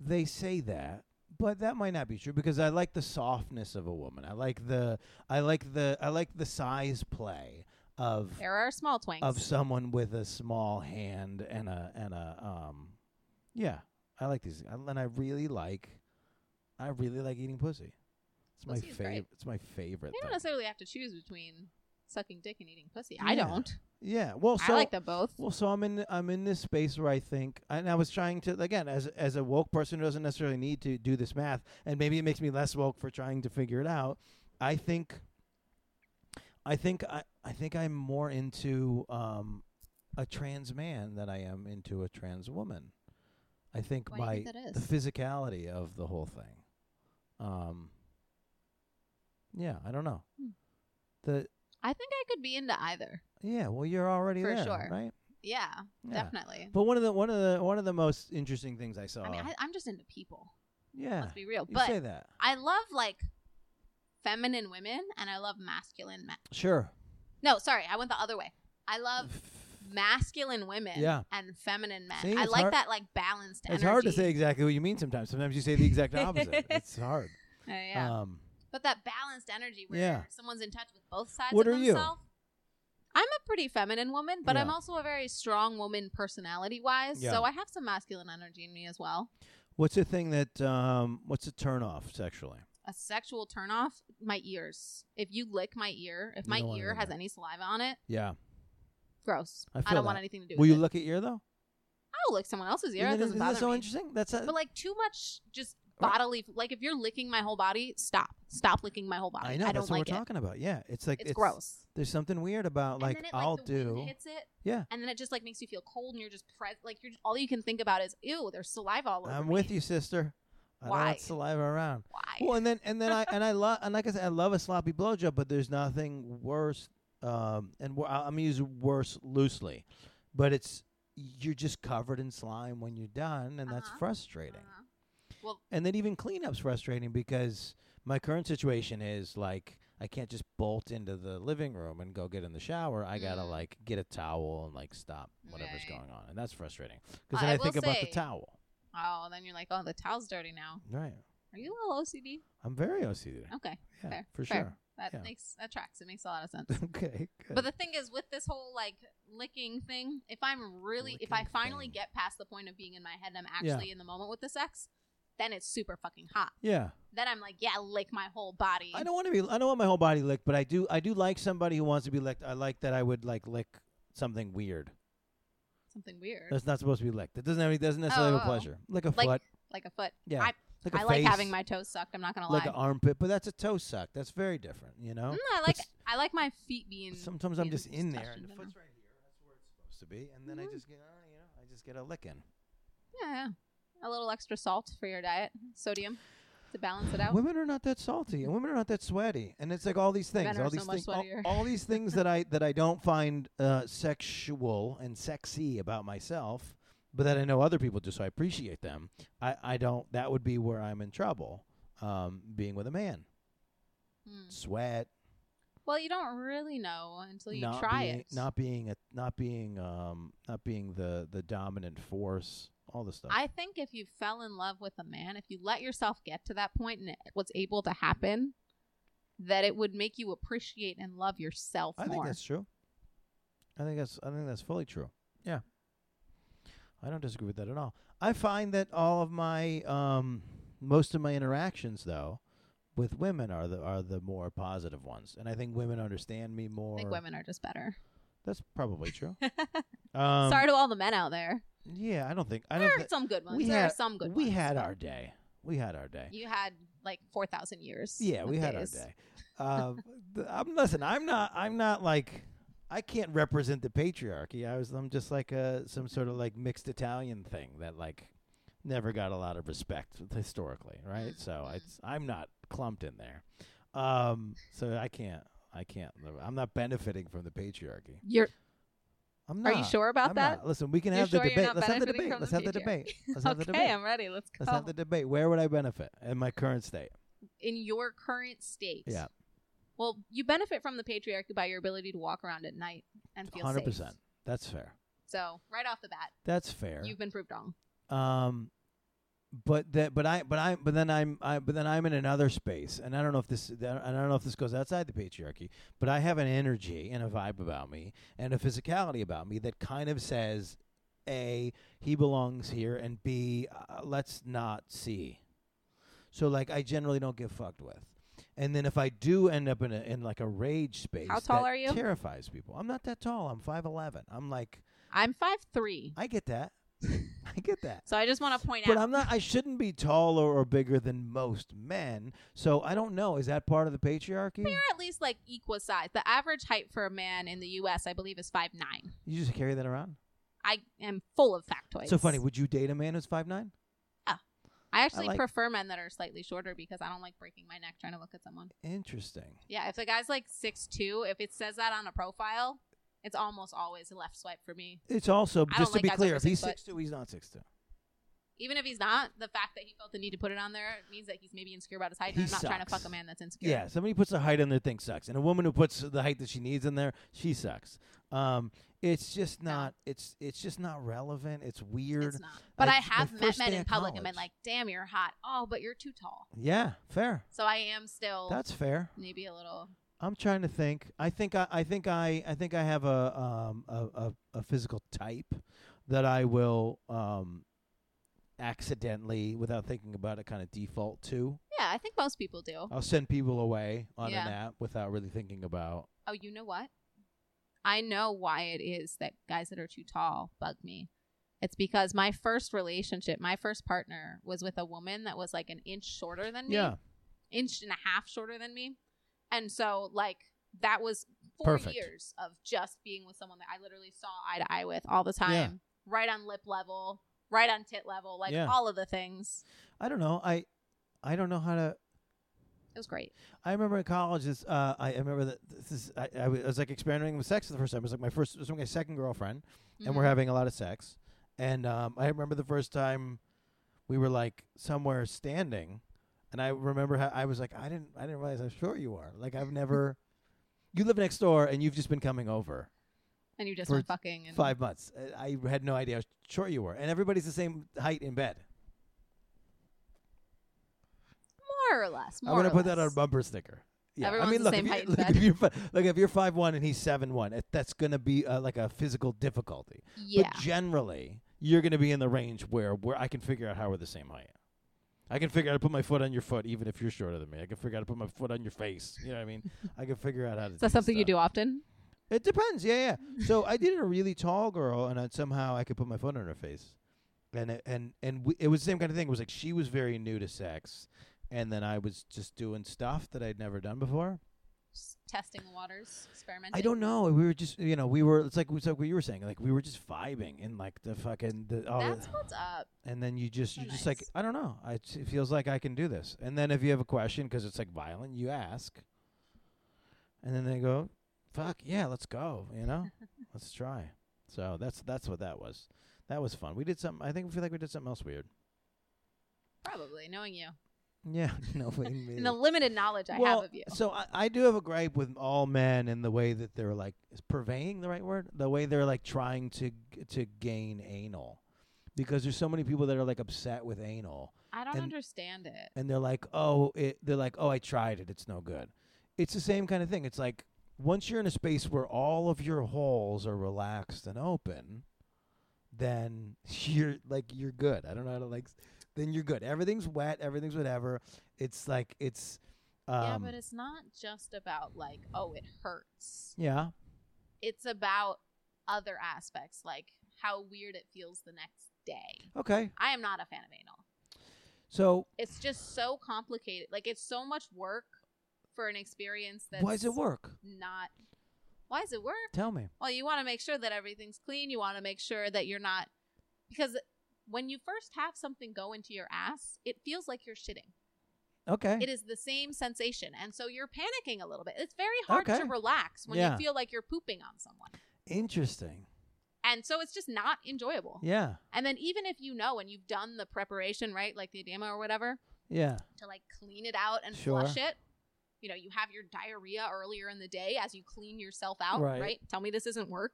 S1: They say that, but that might not be true because I like the softness of a woman. I like the I like the I like the size play of
S2: There are small twinks.
S1: of someone with a small hand and a and a um yeah. I like these I- and I really like I really like eating pussy. It's my
S2: Pussy is great.
S1: favorite. It's my favorite.
S2: you don't
S1: thing.
S2: necessarily have to choose between sucking dick and eating pussy. I
S1: Yeah.
S2: don't.
S1: Yeah. Well, so
S2: I like them both.
S1: Well, so I'm in I'm in this space where I think, and I was trying to again as as a woke person who doesn't necessarily need to do this math, and maybe it makes me less woke for trying to figure it out. I think, I think I I think I'm more into um, a trans man than I am into a trans woman. I think
S2: Why do you
S1: my
S2: think that
S1: the
S2: is?
S1: physicality of the whole thing. Um. Yeah, I don't know.
S2: Hmm.
S1: The
S2: I think I could be into either.
S1: yeah, well, you're already
S2: For
S1: there,
S2: sure.
S1: right?
S2: Yeah,
S1: Yeah.
S2: definitely.
S1: But one of the one of the one of the most interesting things I saw.
S2: I mean, I, I'm just into people.
S1: yeah,
S2: Let's be real.
S1: you
S2: But
S1: say that.
S2: I love like feminine women and I love masculine men.
S1: Sure.
S2: No, sorry, I went the other way. I love masculine women
S1: Yeah.
S2: and feminine men.
S1: See,
S2: I
S1: it's
S2: like
S1: hard-
S2: that like balanced
S1: It's
S2: energy.
S1: hard to say exactly what you mean sometimes. Sometimes you say the exact opposite. it's hard.
S2: Uh, yeah.
S1: Um,
S2: But that balanced energy where
S1: Yeah.
S2: someone's in touch with both sides
S1: What
S2: of
S1: are you?
S2: themselves. I'm a pretty feminine woman, but I'm
S1: Yeah.
S2: also a very strong woman personality wise.
S1: Yeah.
S2: So I have some masculine energy in me as well.
S1: what's the thing that um, what's a turn off sexually?
S2: A sexual turnoff, my ears. If you lick my ear, if
S1: You
S2: my
S1: don't want it
S2: ear
S1: in
S2: has
S1: there.
S2: any saliva on it,
S1: Yeah.
S2: gross.
S1: I
S2: I,
S1: feel
S2: don't want
S1: that.
S2: anything to do
S1: Will
S2: with
S1: you
S2: it.
S1: look at your though?
S2: I'll lick someone else's ear.
S1: Isn't that-
S2: It doesn't
S1: isn't
S2: bother
S1: that so
S2: me.
S1: interesting? That's a,
S2: But like too much just
S1: Right.
S2: bodily like if you're licking my whole body, stop. Stop licking my whole body.
S1: I know
S2: I
S1: that's
S2: don't
S1: what
S2: like
S1: we're
S2: it.
S1: talking about. Yeah, it's like
S2: It's, gross.
S1: There's something weird about like
S2: and then it,
S1: I'll
S2: like, the wind
S1: do.
S2: hits it
S1: Yeah,
S2: and then it just like makes you feel cold and you're just pres- like you're all you can think about is ew there's saliva all over
S1: I'm
S2: me."
S1: with you, sister. I don't
S2: Why?
S1: want saliva around.
S2: why
S1: Well, and then and then I and I love and like I said, I love a sloppy blowjob, but there's nothing worse. Um, and wor- I- I'm gonna use worse loosely, but it's you're just covered in slime when you're done, and that's
S2: Uh-huh.
S1: frustrating.
S2: Uh-huh. well
S1: And then even cleanup's frustrating because my current situation is like I can't just bolt into the living room and go get in the shower. I gotta
S2: Mm.
S1: like get a towel and like stop whatever's
S2: Right.
S1: going on, and that's frustrating because
S2: I
S1: then I,
S2: will
S1: think about the
S2: say-
S1: towel.
S2: oh then you're like oh the towel's dirty now
S1: Right,
S2: are you a little ocd
S1: I'm very OCD.
S2: okay
S1: Yeah,
S2: Oh, Fair,
S1: for
S2: fair.
S1: sure.
S2: That
S1: Yeah.
S2: makes that tracks. It makes a lot of sense.
S1: okay. Good.
S2: But the thing is, with this whole like licking thing, if I'm really, if I
S1: Licking
S2: finally
S1: thing.
S2: get past the point of being in my head and I'm
S1: Yeah.
S2: actually in the moment with the sex, then it's super fucking hot.
S1: yeah.
S2: Then I'm like, yeah, lick my whole body.
S1: I don't want to be. I don't want my whole body licked, but I do. I do like somebody who wants to be licked. I like that. I would like lick something weird
S2: Something weird,
S1: that's not supposed to be licked. It doesn't have. It doesn't necessarily have
S2: Oh.
S1: a pleasure. Like a
S2: Like-
S1: foot.
S2: like a foot.
S1: Yeah.
S2: I-
S1: like a
S2: I like
S1: face,
S2: having my toes sucked. I'm not gonna
S1: like
S2: lie.
S1: an armpit, but that's a toe suck. That's very different. You know.
S2: Mm, I like
S1: But
S2: I like my feet being.
S1: Sometimes I'm
S2: being
S1: just in there,
S2: touched
S1: and
S2: in
S1: the
S2: general.
S1: foot's right here. That's where it's supposed to be, and then
S2: Mhm.
S1: I just get, uh, you know, I just get a licking.
S2: yeah, yeah, a little extra salt for your diet, sodium, to balance it out.
S1: Women are not that salty, and women are not that sweaty, and it's like all these things,
S2: Men are
S1: all
S2: so
S1: these
S2: much
S1: things, all,
S2: sweatier.
S1: all these things that I that I don't find uh, sexual and sexy about myself, but that I know other people do, so I appreciate them. I I don't. That would be where I'm in trouble, um, being with a man.
S2: Hmm.
S1: Sweat,
S2: Well, you don't really know until you
S1: not
S2: try
S1: being,
S2: it.
S1: not being a, not being um, not being the the dominant force, all this stuff.
S2: I think if you fell in love with a man, if you let yourself get to that point and it was able to happen, that it would make you appreciate and love yourself
S1: I think
S2: more.
S1: that's true. I think that's I think that's fully true. Yeah. I don't disagree with that at all. I find that all of my um most of my interactions though with women are the are the more positive ones. And I think women understand me more.
S2: I think women are just better.
S1: That's probably true. um
S2: Sorry to all the men out there.
S1: Yeah, I don't think I
S2: There
S1: don't
S2: are
S1: thi-
S2: some good ones.
S1: we
S2: there are
S1: had-
S2: some good
S1: we
S2: ones.
S1: had our day. We had our day.
S2: You had like 4,000 years.
S1: Yeah,
S2: of
S1: we had
S2: days.
S1: our day. Uh, th- I'm listen. I'm not. I'm not like. I can't represent the patriarchy. I was. I'm just like a some sort of like mixed Italian thing that like never got a lot of respect historically, right? So
S2: Mhm.
S1: it's, I'm not clumped in there. Um, so I can't. I can't. live- I'm not benefiting from the patriarchy.
S2: You're,
S1: I'm
S2: are
S1: not.
S2: you sure about
S1: I'm
S2: that?
S1: not. Listen, we can
S2: You're
S1: have
S2: sure
S1: the
S2: you're
S1: debate.
S2: not
S1: Let's have the
S2: benefiting
S1: debate.
S2: from
S1: Let's
S2: the
S1: have the
S2: patriarchy?
S1: debate. Let's have the
S2: Okay,
S1: debate.
S2: I'm ready. Let's go.
S1: Let's have the debate. Where would I benefit in my current state?
S2: in your current state.
S1: Yeah.
S2: Well, you benefit from the patriarchy by your ability to walk around at night and feel
S1: Hundred
S2: safe.
S1: percent. That's fair.
S2: So right off the bat,
S1: That's fair.
S2: you've been proved wrong.
S1: um but that but i but i but then i'm i but then i'm in another space and i don't know if this i don't know if this goes outside the patriarchy but i have an energy and a vibe about me and a physicality about me that kind of says a he belongs here and b uh, let's not see so like i generally don't get fucked with and then if i do end up in a in like a rage space
S2: How tall
S1: that
S2: are you?
S1: terrifies people i'm not that tall i'm 5'11 i'm like
S2: I'm five three,
S1: i get that i get that
S2: so I just want to point
S1: but
S2: out.
S1: I'm not. I shouldn't be taller or bigger than most men. So I don't know. Is that part of the patriarchy?
S2: You're at least like equal size. The average height for a man in the U.S. I believe is five nine.
S1: You just carry that around.
S2: I am full of factoids.
S1: So funny. Would you date a man who's five nine?
S2: I actually
S1: like-
S2: prefer men that are slightly shorter because I don't like breaking my neck trying to look at someone.
S1: Interesting.
S2: Yeah, if the guy's like six two, if it says that on a profile, it's almost always a left swipe for me.
S1: It's also
S2: I don't
S1: just to
S2: like
S1: be
S2: guys
S1: clear.
S2: over
S1: If he's
S2: six foot.
S1: six two, he's not six two.
S2: Even if he's not, the fact that he felt the need to put it on there means that he's maybe insecure about his height.
S1: He
S2: and I'm not trying to
S1: sucks.
S2: fuck a man that's insecure.
S1: Yeah. Somebody puts a height on their thing sucks, and a woman who puts the height that she needs in there, she sucks. Um, it's just
S2: No.
S1: not. It's it's just not relevant. It's weird.
S2: It's not. But
S1: I-
S2: I,
S1: my
S2: have met
S1: first
S2: men
S1: day
S2: in
S1: of
S2: public and been like,
S1: college.
S2: damn, you're hot. Oh, but you're too tall.
S1: yeah. Fair.
S2: So I am still
S1: That's fair.
S2: maybe a little.
S1: I'm trying to think. I think I, I think I, I think I have a um a, a, a physical type that I will um accidentally without thinking about it kind of default to.
S2: Yeah, I think most people do.
S1: I'll send people away on
S2: Yeah.
S1: an app without really thinking about
S2: Oh, you know what? I know why it is that guys that are too tall bug me. It's because my first relationship, my first partner was with a woman that was like an inch shorter than me,
S1: Yeah.
S2: inch and a half shorter than me. And so, like, that was four
S1: Perfect.
S2: years of just being with someone that I literally saw eye to eye with all the time, right on lip level, right on tit level, like
S1: Yeah.
S2: all of the things.
S1: I don't know. I I don't know how to
S2: It was great.
S1: I remember in college, this, uh, I I remember that this is, I, I was like experimenting with sex for the first time. It was like my first, it was my second girlfriend. and we're
S2: Mhm.
S1: having a lot of sex. And um, I remember the first time we were like somewhere standing, and I remember how I was like, I didn't, I didn't realize how short you are. Like I've never. You live next door, and you've just been coming over
S2: and you just
S1: for
S2: went fucking and
S1: five months. Uh, I had no idea how short you were, and everybody's the same height in bed.
S2: more or less. More
S1: I'm gonna
S2: or
S1: put that on a
S2: less.
S1: bumper sticker. Yeah,
S2: Everyone's
S1: I mean,
S2: the
S1: look,
S2: same
S1: if
S2: height
S1: you,
S2: in
S1: look,
S2: bed.
S1: if you're, fi- look, if you're five one and he's seven one, that's gonna be uh, like a physical difficulty.
S2: Yeah.
S1: But generally, you're gonna be in the range where where I can figure out how we're the same height. I can figure out how to put my foot on your foot, even if you're shorter than me. I can figure out how to put my foot on your face. You know what I mean? I can figure out how to.
S2: Is that
S1: do
S2: something you
S1: stuff.
S2: do often?
S1: It depends. Yeah, yeah. So I dated a really tall girl, and I, somehow I could put my foot on her face, and it, and and we, it was the same kind of thing. It was like she was very new to sex, and then I was just doing stuff that I'd never done before.
S2: Just testing the waters, experimenting.
S1: I don't know. We were just, you know, we were. It's like it's like what you were saying. Like we were just vibing, and like the fucking the. Oh,
S2: That's what's up.
S1: and then you just
S2: so
S1: you just like
S2: nice.
S1: I don't know. I, it feels like I can do this. And then if you have a question because it's like violent, you ask. And then they go, "Fuck yeah, let's go." You know, let's try. So that's that's what that was. That was fun. We did something. I think we feel like we did something else weird.
S2: Probably knowing you
S1: Yeah, no way. me.
S2: and the limited knowledge I
S1: Mm. Well,
S2: have of you.
S1: So I, I do have a gripe with all men in the way that they're like is purveying the right word? The way they're like trying to g- to gain anal. Because there's so many people that are like upset with anal
S2: I don't
S1: and-
S2: understand it.
S1: and they're like, "Oh, it, they're like, oh, I tried it. It's no good." It's the same kind of thing. It's like once you're in a space where all of your holes are relaxed and open, then you're like you're good. I don't know how to like s- then you're good. Everything's wet, everything's whatever. It's like it's um
S2: yeah, but it's not just about like, oh, it hurts.
S1: yeah.
S2: It's about other aspects, like how weird it feels the next day.
S1: Okay.
S2: I am not a fan of anal.
S1: So,
S2: It's just so complicated. Like it's so much work for an experience that's
S1: why does it work?
S2: not why does it work?
S1: Tell me.
S2: Well, you want to make sure that everything's clean. You want to make sure that you're not because when you first have something go into your ass, it feels like you're shitting.
S1: Okay.
S2: It is the same sensation. And so you're panicking a little bit. It's very hard
S1: Okay.
S2: to relax when
S1: Yeah.
S2: you feel like you're pooping on someone.
S1: Interesting.
S2: And so it's just not enjoyable.
S1: Yeah.
S2: And then even if you know and you've done the preparation, right? Like the edema or whatever,
S1: Yeah.
S2: to like clean it out and
S1: Sure.
S2: flush it. You know, you have your diarrhea earlier in the day as you clean yourself out,
S1: Right.
S2: right? Tell me this isn't work.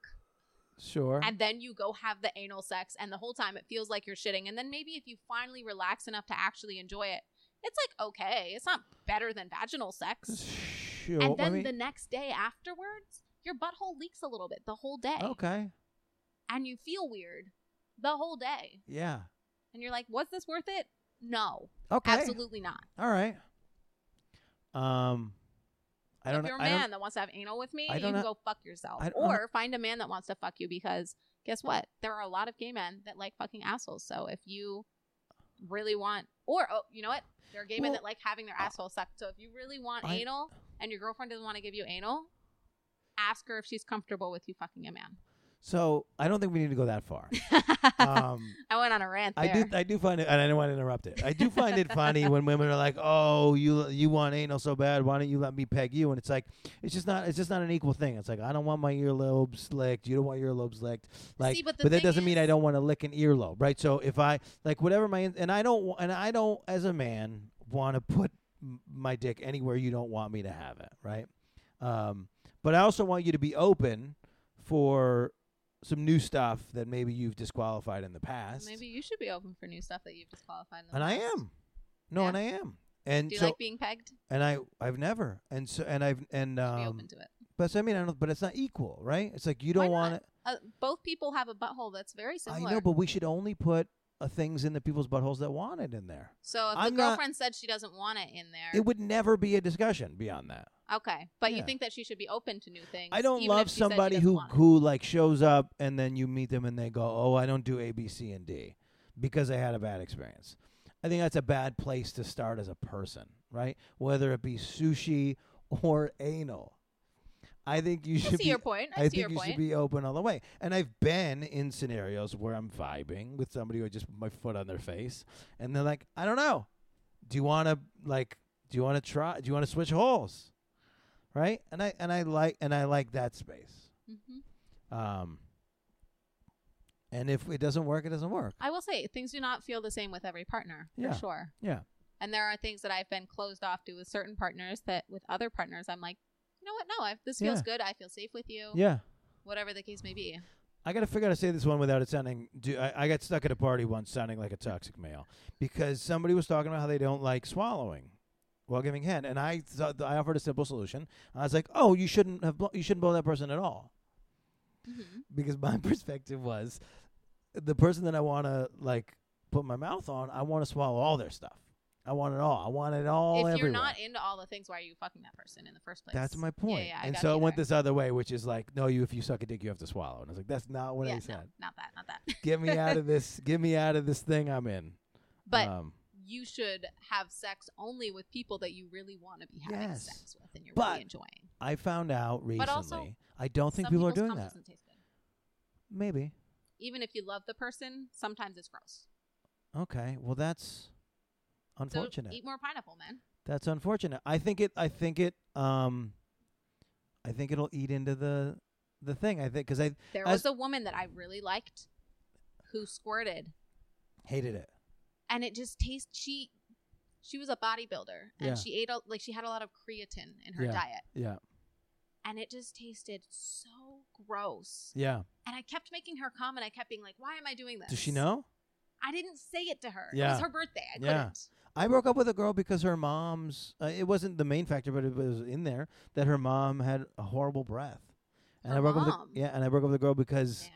S1: Sure.
S2: And then you go have the anal sex, and the whole time it feels like you're shitting. And then maybe if you finally relax enough to actually enjoy it, it's like okay. It's not better than vaginal sex.
S1: sure.
S2: and
S1: I
S2: then
S1: mean-
S2: the next day afterwards, your butthole leaks a little bit the whole day.
S1: Okay.
S2: And you feel weird the whole day.
S1: Yeah.
S2: And you're like, was this worth it? No,
S1: Okay.
S2: absolutely not.
S1: All right. Um, I don't
S2: if
S1: know.
S2: you're a
S1: I
S2: man
S1: don't,
S2: that wants to have anal with me,
S1: I
S2: you
S1: don't
S2: can
S1: know-
S2: go fuck yourself.
S1: I don't know-
S2: Or find a man that wants to fuck you because guess what? There are a lot of gay men that like fucking assholes. So if you really want, or oh, you know what? There are gay
S1: Well,
S2: men
S1: uh,
S2: that like having their asshole sucked. So if you really want
S1: I-
S2: anal and your girlfriend doesn't want to give you anal, ask her if she's comfortable with you fucking a man.
S1: so I don't think we need to go that far. Um,
S2: I went on a rant
S1: I
S2: there.
S1: do. I do find it, and I don't want to interrupt it. I do find it funny when women are like, "Oh, you you want anal so bad? Why don't you let me peg you?" And it's like, it's just not. It's just not an equal thing. It's like I don't want my earlobes licked. You don't want your earlobes licked. Like,
S2: See, but the
S1: that
S2: thing
S1: doesn't mean I
S2: is-
S1: don't want to lick an earlobe, right? So if I like whatever my and I don't and I don't as a man want to put m- my dick anywhere you don't want me to have it, right? Um, but I also want you to be open for some new stuff that maybe you've disqualified in the past.
S2: Maybe you should be open for new stuff that you've disqualified. in the
S1: and I
S2: past.
S1: am. No,
S2: Yeah.
S1: and I am. And
S2: Do you
S1: so,
S2: like being pegged?
S1: and I, I've never, and so, and I've, and
S2: Be
S1: um,
S2: open to it.
S1: but so, I mean, I don't, but it's not equal, right? It's like you don't
S2: not?
S1: want it.
S2: Uh, both people have a butthole that's very
S1: I
S2: similar.
S1: know, but we should only put uh, things in the people's buttholes that want it in there.
S2: So if
S1: I'm
S2: the
S1: not-
S2: girlfriend said she doesn't want it in there,
S1: It would never be a discussion beyond that.
S2: okay, but
S1: Yeah.
S2: you think that she should be open to new things?
S1: I don't
S2: even
S1: love
S2: if she said she
S1: somebody
S2: doesn't
S1: who
S2: want it?
S1: who like shows up and then you meet them and they go, "Oh, I don't do A, B, C, and D," because I had a bad experience. I think that's a bad place to start as a person, right? Whether it be sushi or anal, I think you
S2: I
S1: should be.
S2: see your point. I,
S1: I
S2: see
S1: think
S2: your
S1: you
S2: point.
S1: should be open all the way. And I've been in scenarios where I'm vibing with somebody who I just put my foot on their face, and they're like, "I don't know. Do you want to like? Do you want to try? Do you want to switch holes?" Right? And I and I like and I like that space.
S2: Mhm.
S1: Um, and if it doesn't work, it doesn't work.
S2: I will say things do not feel the same with every partner,
S1: Yeah.
S2: for sure.
S1: Yeah.
S2: And there are things that I've been closed off to with certain partners that with other partners I'm like, you know what? No, I, this feels
S1: Yeah.
S2: good. I feel safe with you.
S1: Yeah.
S2: Whatever the case may be.
S1: I got to figure out how to say this one without it sounding. Do, I, I got stuck at a party once sounding like a toxic male because somebody was talking about how they don't like swallowing. while giving head, and I thought I offered a simple solution. I was like, "Oh, you shouldn't have blo- you shouldn't blow that person at all,"
S2: Mhm.
S1: because my perspective was the person that I want to like put my mouth on. I want to swallow all their stuff. I want it all. I want it all.
S2: If you're
S1: everywhere.
S2: not into all the things, why are you fucking that person in the first place?
S1: That's my
S2: Yeah,
S1: point.
S2: yeah, I
S1: and
S2: got
S1: so
S2: you
S1: it went
S2: there.
S1: this other way, which is like, no, you if you suck a dick, you have to swallow. And I was like, that's not what
S2: yeah,
S1: I
S2: no,
S1: said.
S2: not that, not that.
S1: Get me out of this. Get me out of this thing I'm in.
S2: But
S1: um,
S2: you should have sex only with people that you really want to be having
S1: Yes.
S2: sex with and you're
S1: But
S2: really enjoying.
S1: I found out recently.
S2: also,
S1: I don't think
S2: Some
S1: people are
S2: people's
S1: doing
S2: cum
S1: that.
S2: doesn't taste good.
S1: Maybe.
S2: Even if you love the person, sometimes it's gross.
S1: Okay. Well, that's
S2: So e-
S1: unfortunate.
S2: eat more pineapple, man.
S1: that's unfortunate. I think it. I think it. Um, I think it'll eat into the the thing. I think because I
S2: There
S1: As-
S2: was a woman that I really liked who squirted,
S1: hated it.
S2: and it just tastes. She she was a bodybuilder, and
S1: Yeah.
S2: she ate a, like she had a lot of creatine in her
S1: Yeah.
S2: diet,
S1: Yeah.
S2: and it just tasted so gross.
S1: Yeah.
S2: And I kept making her come, and I kept being like, "Why am I doing this?"
S1: Does she know?
S2: I didn't say it to her. It
S1: Yeah.
S2: was her birthday. I
S1: Yeah.
S2: couldn't.
S1: I broke up with a girl because her mom's. Uh, it wasn't the main factor, but it was in there that her mom had a horrible breath. And
S2: Her
S1: I broke up
S2: mom?
S1: with the, yeah, and I broke up with the girl because
S2: Damn.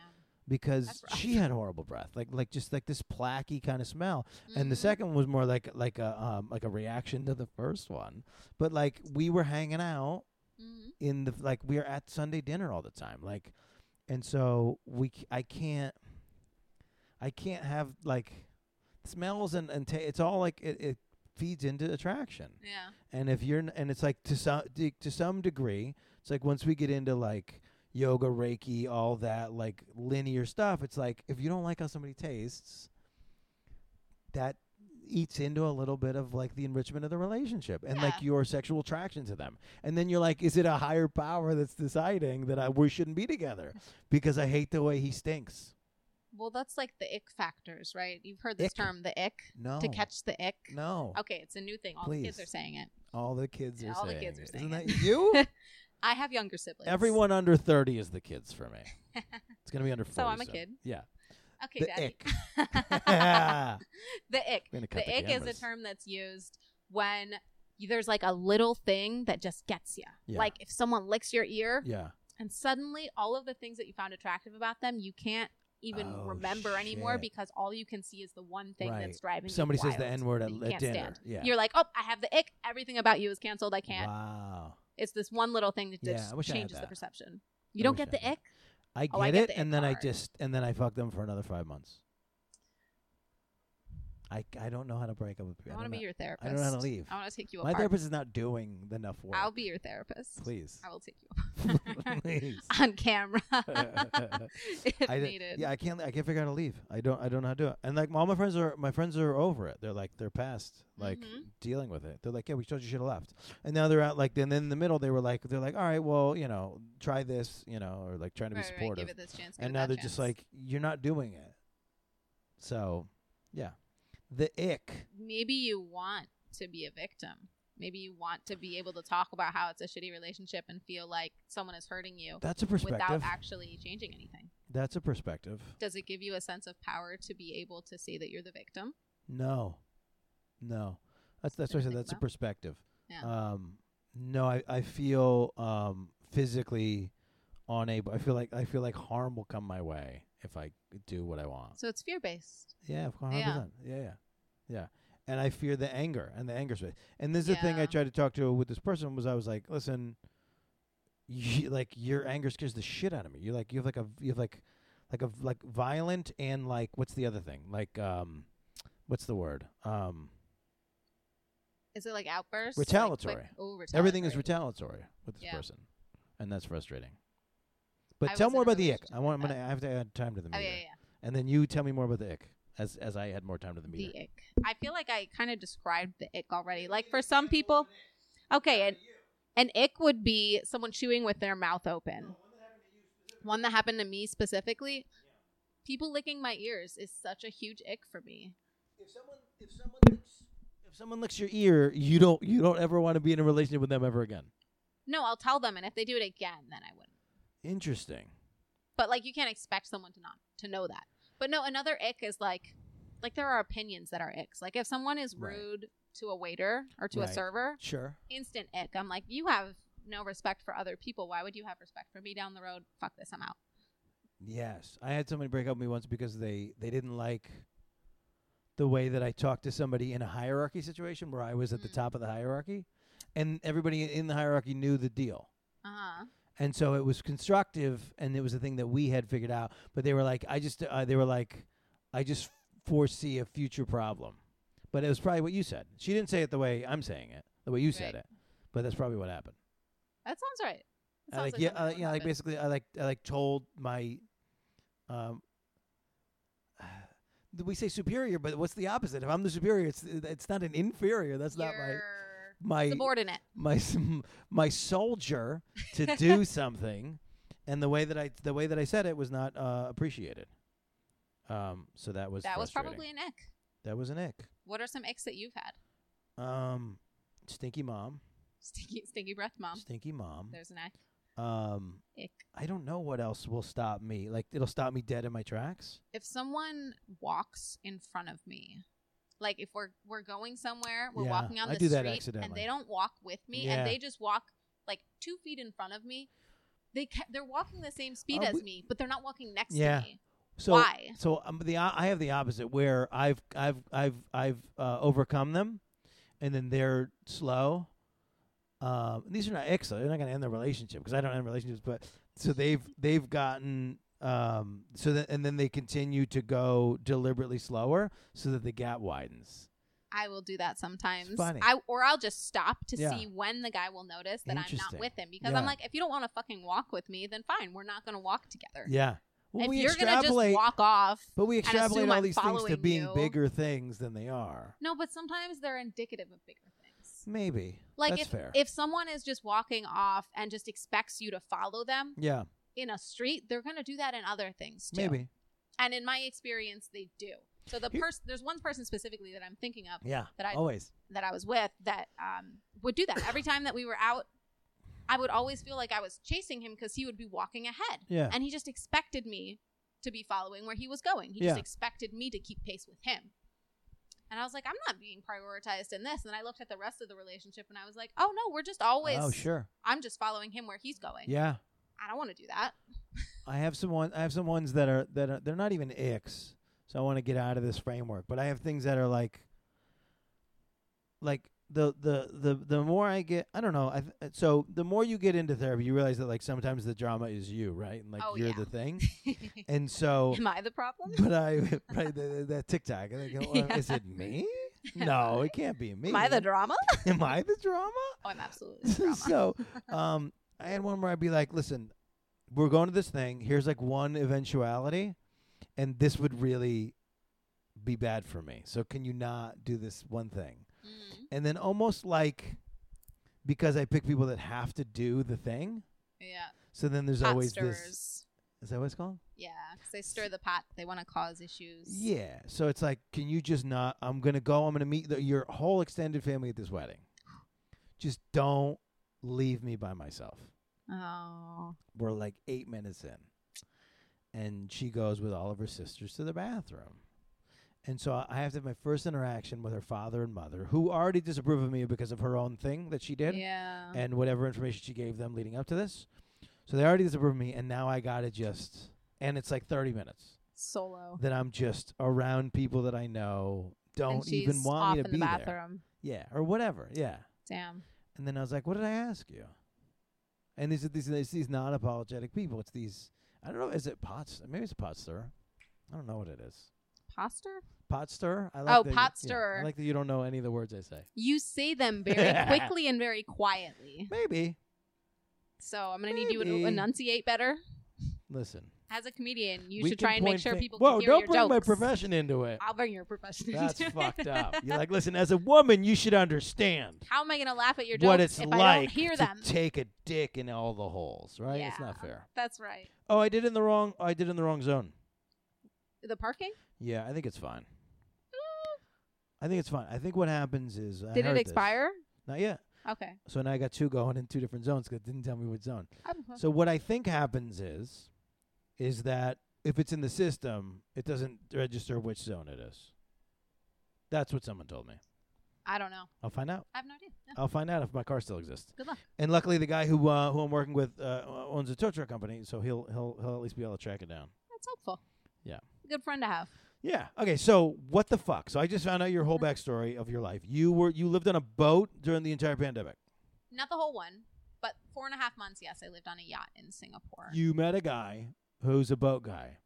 S1: because
S2: That's rough.
S1: she had horrible breath, like like just like this placky kind of smell. And the
S2: Mhm.
S1: second one was more like like a um, like a reaction to the first one. But like we were hanging out
S2: Mhm.
S1: in the like we were at Sunday dinner all the time, like, and so we c- I can't I can't have like smells and and ta- it's all like it, it feeds into attraction.
S2: Yeah.
S1: And if you're, n- and it's like to some de- to some degree, it's like once we get into like yoga, reiki, all that like linear stuff, it's like if you don't like how somebody tastes, that eats into a little bit of like the enrichment of the relationship and like
S2: Yeah.
S1: your sexual attraction to them. And then you're like, is it a higher power that's deciding that I, we shouldn't be together because I hate the way he stinks?
S2: Well, that's like the ick factors, right? You've heard this
S1: Ick.
S2: term, the ick,
S1: No,
S2: to catch the ick.
S1: no.
S2: Okay, it's a new thing. All the kids
S1: Please.
S2: are saying it.
S1: All the kids are
S2: All the
S1: saying,
S2: kids are
S1: it.
S2: saying
S1: isn't that
S2: it.
S1: you?
S2: I have younger siblings.
S1: Everyone under 30 is the kids for me. It's going to be under 40.
S2: So I'm a
S1: soon.
S2: kid.
S1: Yeah.
S2: Okay,
S1: the
S2: Daddy.
S1: ick.
S2: the ick.
S1: We're gonna cut
S2: The
S1: the
S2: ick is a
S1: cameras.
S2: term that's used when y- there's like a little thing that just gets you.
S1: Yeah.
S2: Like if someone licks your ear
S1: Yeah.
S2: and suddenly all of the things that you found attractive about them, you can't even
S1: Oh,
S2: remember anymore
S1: shit.
S2: because all you can see is the one thing
S1: Right.
S2: that's driving you
S1: Somebody says the
S2: wild
S1: N word
S2: that
S1: at,
S2: you
S1: at
S2: can't
S1: dinner.
S2: stand.
S1: Yeah.
S2: You're like, oh, I have the ick. Everything about you is canceled. I can't.
S1: Wow.
S2: It's this one little thing that
S1: Yeah,
S2: just
S1: I wish I had
S2: changes the
S1: that.
S2: perception. You
S1: I
S2: don't
S1: wish
S2: get
S1: I
S2: the
S1: had
S2: ick.
S1: I get
S2: Oh, I
S1: it,
S2: get the
S1: and then I
S2: ick part.
S1: just and then I fuck them for another five months. I, I don't know how to break up with people.
S2: I want to
S1: don't
S2: be
S1: know-
S2: your therapist.
S1: I don't know how to leave.
S2: I want to take you
S1: My
S2: apart.
S1: therapist is not doing enough work.
S2: I'll be your therapist.
S1: Please.
S2: I will take you apart
S1: Please.
S2: on camera if
S1: I di-
S2: needed.
S1: Yeah, I can't. I can't figure out how to leave. I don't. I don't know how to do it. And like all my friends are, my friends are over it. They're like, they're past like
S2: Mhm.
S1: dealing with it. They're like, yeah, we told you should have left. And now they're out like. And then in the middle, they were like, they're like, all right, well, you know, try this, you know, or like trying to
S2: Right,
S1: be
S2: right,
S1: supportive.
S2: Give it this chance. give
S1: and
S2: it
S1: now
S2: that
S1: they're just
S2: chance.
S1: like, you're not doing it. So, yeah, the ick.
S2: maybe you want to be a victim. Maybe you want to be able to talk about how it's a shitty relationship and feel like someone is hurting you
S1: That's a
S2: without
S1: perspective.
S2: actually changing anything.
S1: That's a perspective.
S2: Does it give you a sense of power to be able to say that you're the victim?
S1: No, no. That's that's why I
S2: Something
S1: said
S2: to
S1: that's
S2: think
S1: a
S2: about.
S1: perspective.
S2: Yeah.
S1: Um, no, I, I feel um, physically unable. I feel like I feel like harm will come my way if I do what I want.
S2: so it's fear based.
S1: Yeah, of course,
S2: Yeah.
S1: 100%. Yeah, yeah, yeah. And I fear the anger and the anger space. And this is the thing I
S2: Yeah.
S1: tried to talk to with this person was I was like, listen, you, like your anger scares the shit out of me. You're like you have like a you have like like a like violent and like what's the other thing like um what's the word um
S2: Is it like outbursts? Like,
S1: Retaliatory.
S2: quick- oh, retaliatory.
S1: Everything is retaliatory with this
S2: Yeah.
S1: person, and that's frustrating. But
S2: I
S1: tell
S2: was in
S1: more
S2: a
S1: about the ick.
S2: relationship
S1: I want.
S2: like
S1: I'm gonna, I have to add time to the
S2: Oh
S1: meter,
S2: yeah, yeah. yeah.
S1: and then you tell me more about the ick as as I add more time to the meter.
S2: the ick. I feel like I kind of described the ick already. Like for some people, okay, an, an ick would be someone chewing with their mouth open. One that happened to me specifically, people licking my ears is such a huge ick for me.
S1: If someone if someone licks, if someone licks your ear, you don't you don't ever want to be in a relationship with them ever again.
S2: No, I'll tell them, and if they do it again, then I wouldn't.
S1: Interesting.
S2: But like, you can't expect someone to not to know that. But no, another ick is like like there are opinions that are icks. Like if someone is
S1: Right.
S2: rude to a waiter or to a
S1: Right.
S2: server,
S1: Sure.
S2: instant ick. I'm like, you have no respect for other people. Why would you have respect for me down the road? Fuck this, I'm out.
S1: Yes, I had somebody break up with me once because they they didn't like the way that I talked to somebody in a hierarchy situation where I was at the
S2: Mm.
S1: top of the hierarchy, and everybody in the hierarchy knew the deal,
S2: Uh-huh.
S1: and so it was constructive, and it was a thing that we had figured out. But they were like, I just uh, they were like, I just foresee a future problem, but it was probably what you said. She didn't say it the way I'm saying it, the way you said
S2: Right.
S1: it, but that's probably what happened.
S2: That sounds right. That
S1: I
S2: sounds
S1: like, yeah,
S2: something
S1: uh,
S2: that would
S1: yeah, like
S2: happen.
S1: basically, I like, I like told my, um, we say superior, but what's the opposite? If I'm the superior, it's it's not an inferior. That's
S2: You're
S1: not my my
S2: subordinate.
S1: my s- my soldier to do something, and the way that I the way that I said it was not uh, appreciated. Um, so that was
S2: That was
S1: frustrating.
S2: probably an ick.
S1: that was an ick.
S2: What are some icks that you've had?
S1: Um, stinky mom,
S2: Stinky, stinky breath, mom.
S1: stinky mom.
S2: There's an ick.
S1: Um,
S2: ick.
S1: I don't know what else will stop me. Like it'll stop me dead in my tracks.
S2: If someone walks in front of me, like if we're we're going somewhere, we're
S1: Yeah,
S2: walking on
S1: I
S2: the
S1: do that
S2: street, and
S1: accidentally.
S2: they don't walk with me,
S1: Yeah.
S2: and they just walk like two feet in front of me. They ca- they're walking the same speed
S1: Uh,
S2: as
S1: we-
S2: me, but they're not walking next
S1: Yeah.
S2: to me.
S1: So
S2: Why?
S1: so um, the o- I have the opposite where I've I've I've I've uh, overcome them, and then they're slow. Um, these are not ex. though. They're not going to end the relationship because I don't end relationships. But so they've they've gotten um, so that and then they continue to go deliberately slower so that the gap widens.
S2: I will do that sometimes.
S1: funny.
S2: I or I'll just stop to
S1: Yeah.
S2: see when the guy will notice that I'm not
S1: Interesting.
S2: with him because
S1: Yeah.
S2: I'm like, if you don't want to fucking walk with me, then fine, we're not going to walk together.
S1: Yeah. Well,
S2: if
S1: we
S2: you're gonna just
S1: extrapolate,
S2: walk off,
S1: but we
S2: assume
S1: extrapolate all
S2: I'm
S1: these things to
S2: following
S1: being
S2: you.
S1: bigger things than they are.
S2: no, but sometimes they're indicative of bigger things.
S1: Maybe.
S2: Like
S1: That's
S2: if
S1: fair.
S2: if someone is just walking off and just expects you to follow them
S1: yeah,
S2: in a street, they're going to do that in other things too.
S1: maybe.
S2: And in my experience, they do. So the
S1: Here-
S2: person, there's one person specifically that I'm thinking of
S1: Yeah.
S2: that I
S1: Always.
S2: that I was with that um, would do that. Every time that we were out, I would always feel like I was chasing him because he would be walking ahead.
S1: Yeah.
S2: And he just expected me to be following where he was going. He just
S1: Yeah.
S2: expected me to keep pace with him. And I was like, I'm not being prioritized in this. And I looked at the rest of the relationship and I was like, oh no, we're just always,
S1: Oh, sure.
S2: I'm just following him where he's going.
S1: Yeah.
S2: I don't want to do that.
S1: I have some one. I have some ones that are that are they're not even icks. So I want to get out of this framework. But I have things that are like, like the the the the more I get, I don't know. I th- so the more you get into therapy, you realize that like sometimes the drama is you, right? And like
S2: Oh,
S1: you're
S2: yeah.
S1: the thing. And so,
S2: Am I the problem?
S1: but I right that, that TikTok. I think, well,
S2: Yeah.
S1: Is it me? No, it can't be me.
S2: Am I the drama?
S1: Am I the drama?
S2: Oh, I'm absolutely the drama.
S1: so um, I had one where I'd be like, listen, we're going to this thing. Here's like one eventuality, and this would really be bad for me. So can you not do this one thing?
S2: Mm,
S1: And then almost like because I pick people that have to do the thing.
S2: yeah.
S1: So then there's
S2: Pot
S1: always this.
S2: stirrers.
S1: Is that what it's called?
S2: Yeah, 'cause they stir the pot. They want to cause issues.
S1: Yeah. So it's like, can you just not? I'm gonna go. I'm gonna meet the, your whole extended family at this wedding. Just don't leave me by myself.
S2: Oh.
S1: we're like eight minutes in and she goes with all of her sisters to the bathroom and so I- i have to have my first interaction with her father and mother who already disapprove of me because of her own thing that she did
S2: Yeah.
S1: and whatever information she gave them leading up to this so they already disapprove of me and now i gotta just and it's like 30 minutes
S2: Solo.
S1: that i'm just around people that i know
S2: And
S1: don't
S2: she's
S1: even want
S2: off
S1: me to
S2: in
S1: be
S2: the
S1: there
S2: bathroom.
S1: yeah or whatever yeah
S2: Damn.
S1: and then I was like, "What did I ask you?" And these are these it's these non-apologetic people. It's these I don't know. Is it pots? Maybe it's a pot stir. I don't know what it is.
S2: Poster?
S1: Pot stir. I
S2: Oh,
S1: that
S2: pot
S1: you-
S2: stir.
S1: I like that you don't know any of the words I say.
S2: You say them very quickly and very quietly.
S1: Maybe
S2: So I'm going to need you
S1: Maybe.
S2: to enunciate better.
S1: listen.
S2: As a comedian, you
S1: we
S2: should
S1: can
S2: try and make
S1: point
S2: sure
S1: fing-
S2: people
S1: Whoa!
S2: can hear
S1: don't
S2: your
S1: bring my
S2: jokes.
S1: profession into it.
S2: I'll bring your profession.
S1: That's
S2: into it.
S1: fucked up. You're like, listen. As a woman, you should understand
S2: How am I going to laugh at your jokes
S1: what it's
S2: if
S1: like
S2: I don't hear
S1: to
S2: them?
S1: take a dick in all the holes. Right? It's
S2: Yeah.
S1: not fair.
S2: That's right.
S1: Oh, I did it in the wrong. I did it in the wrong zone.
S2: The parking?
S1: Yeah, I think it's fine. I think it's fine. I think what happens is I
S2: Did
S1: heard
S2: it
S1: this.
S2: expire?
S1: Not yet.
S2: Okay.
S1: So now I got two going in two different zones 'cause it didn't tell me which zone.
S2: I'm-
S1: So what I think happens is, is that if it's in the system, it doesn't register which zone it is. That's what someone told me.
S2: I don't know.
S1: I'll find out.
S2: I have no idea. Yeah.
S1: I'll find out if my car still exists.
S2: Good luck.
S1: And luckily, the guy who uh, who I'm working with uh, owns a tow truck company, so he'll he'll he'll at least be able to track it down.
S2: That's helpful.
S1: Yeah.
S2: Good friend to have.
S1: Yeah. Okay. So what the fuck? So I just found out your
S2: Mm-hmm.
S1: whole backstory of your life. You were you lived on a boat during the entire pandemic.
S2: Not the whole one, but four and a half months. Yes, I lived on a yacht in Singapore.
S1: You met a guy who's a boat guy,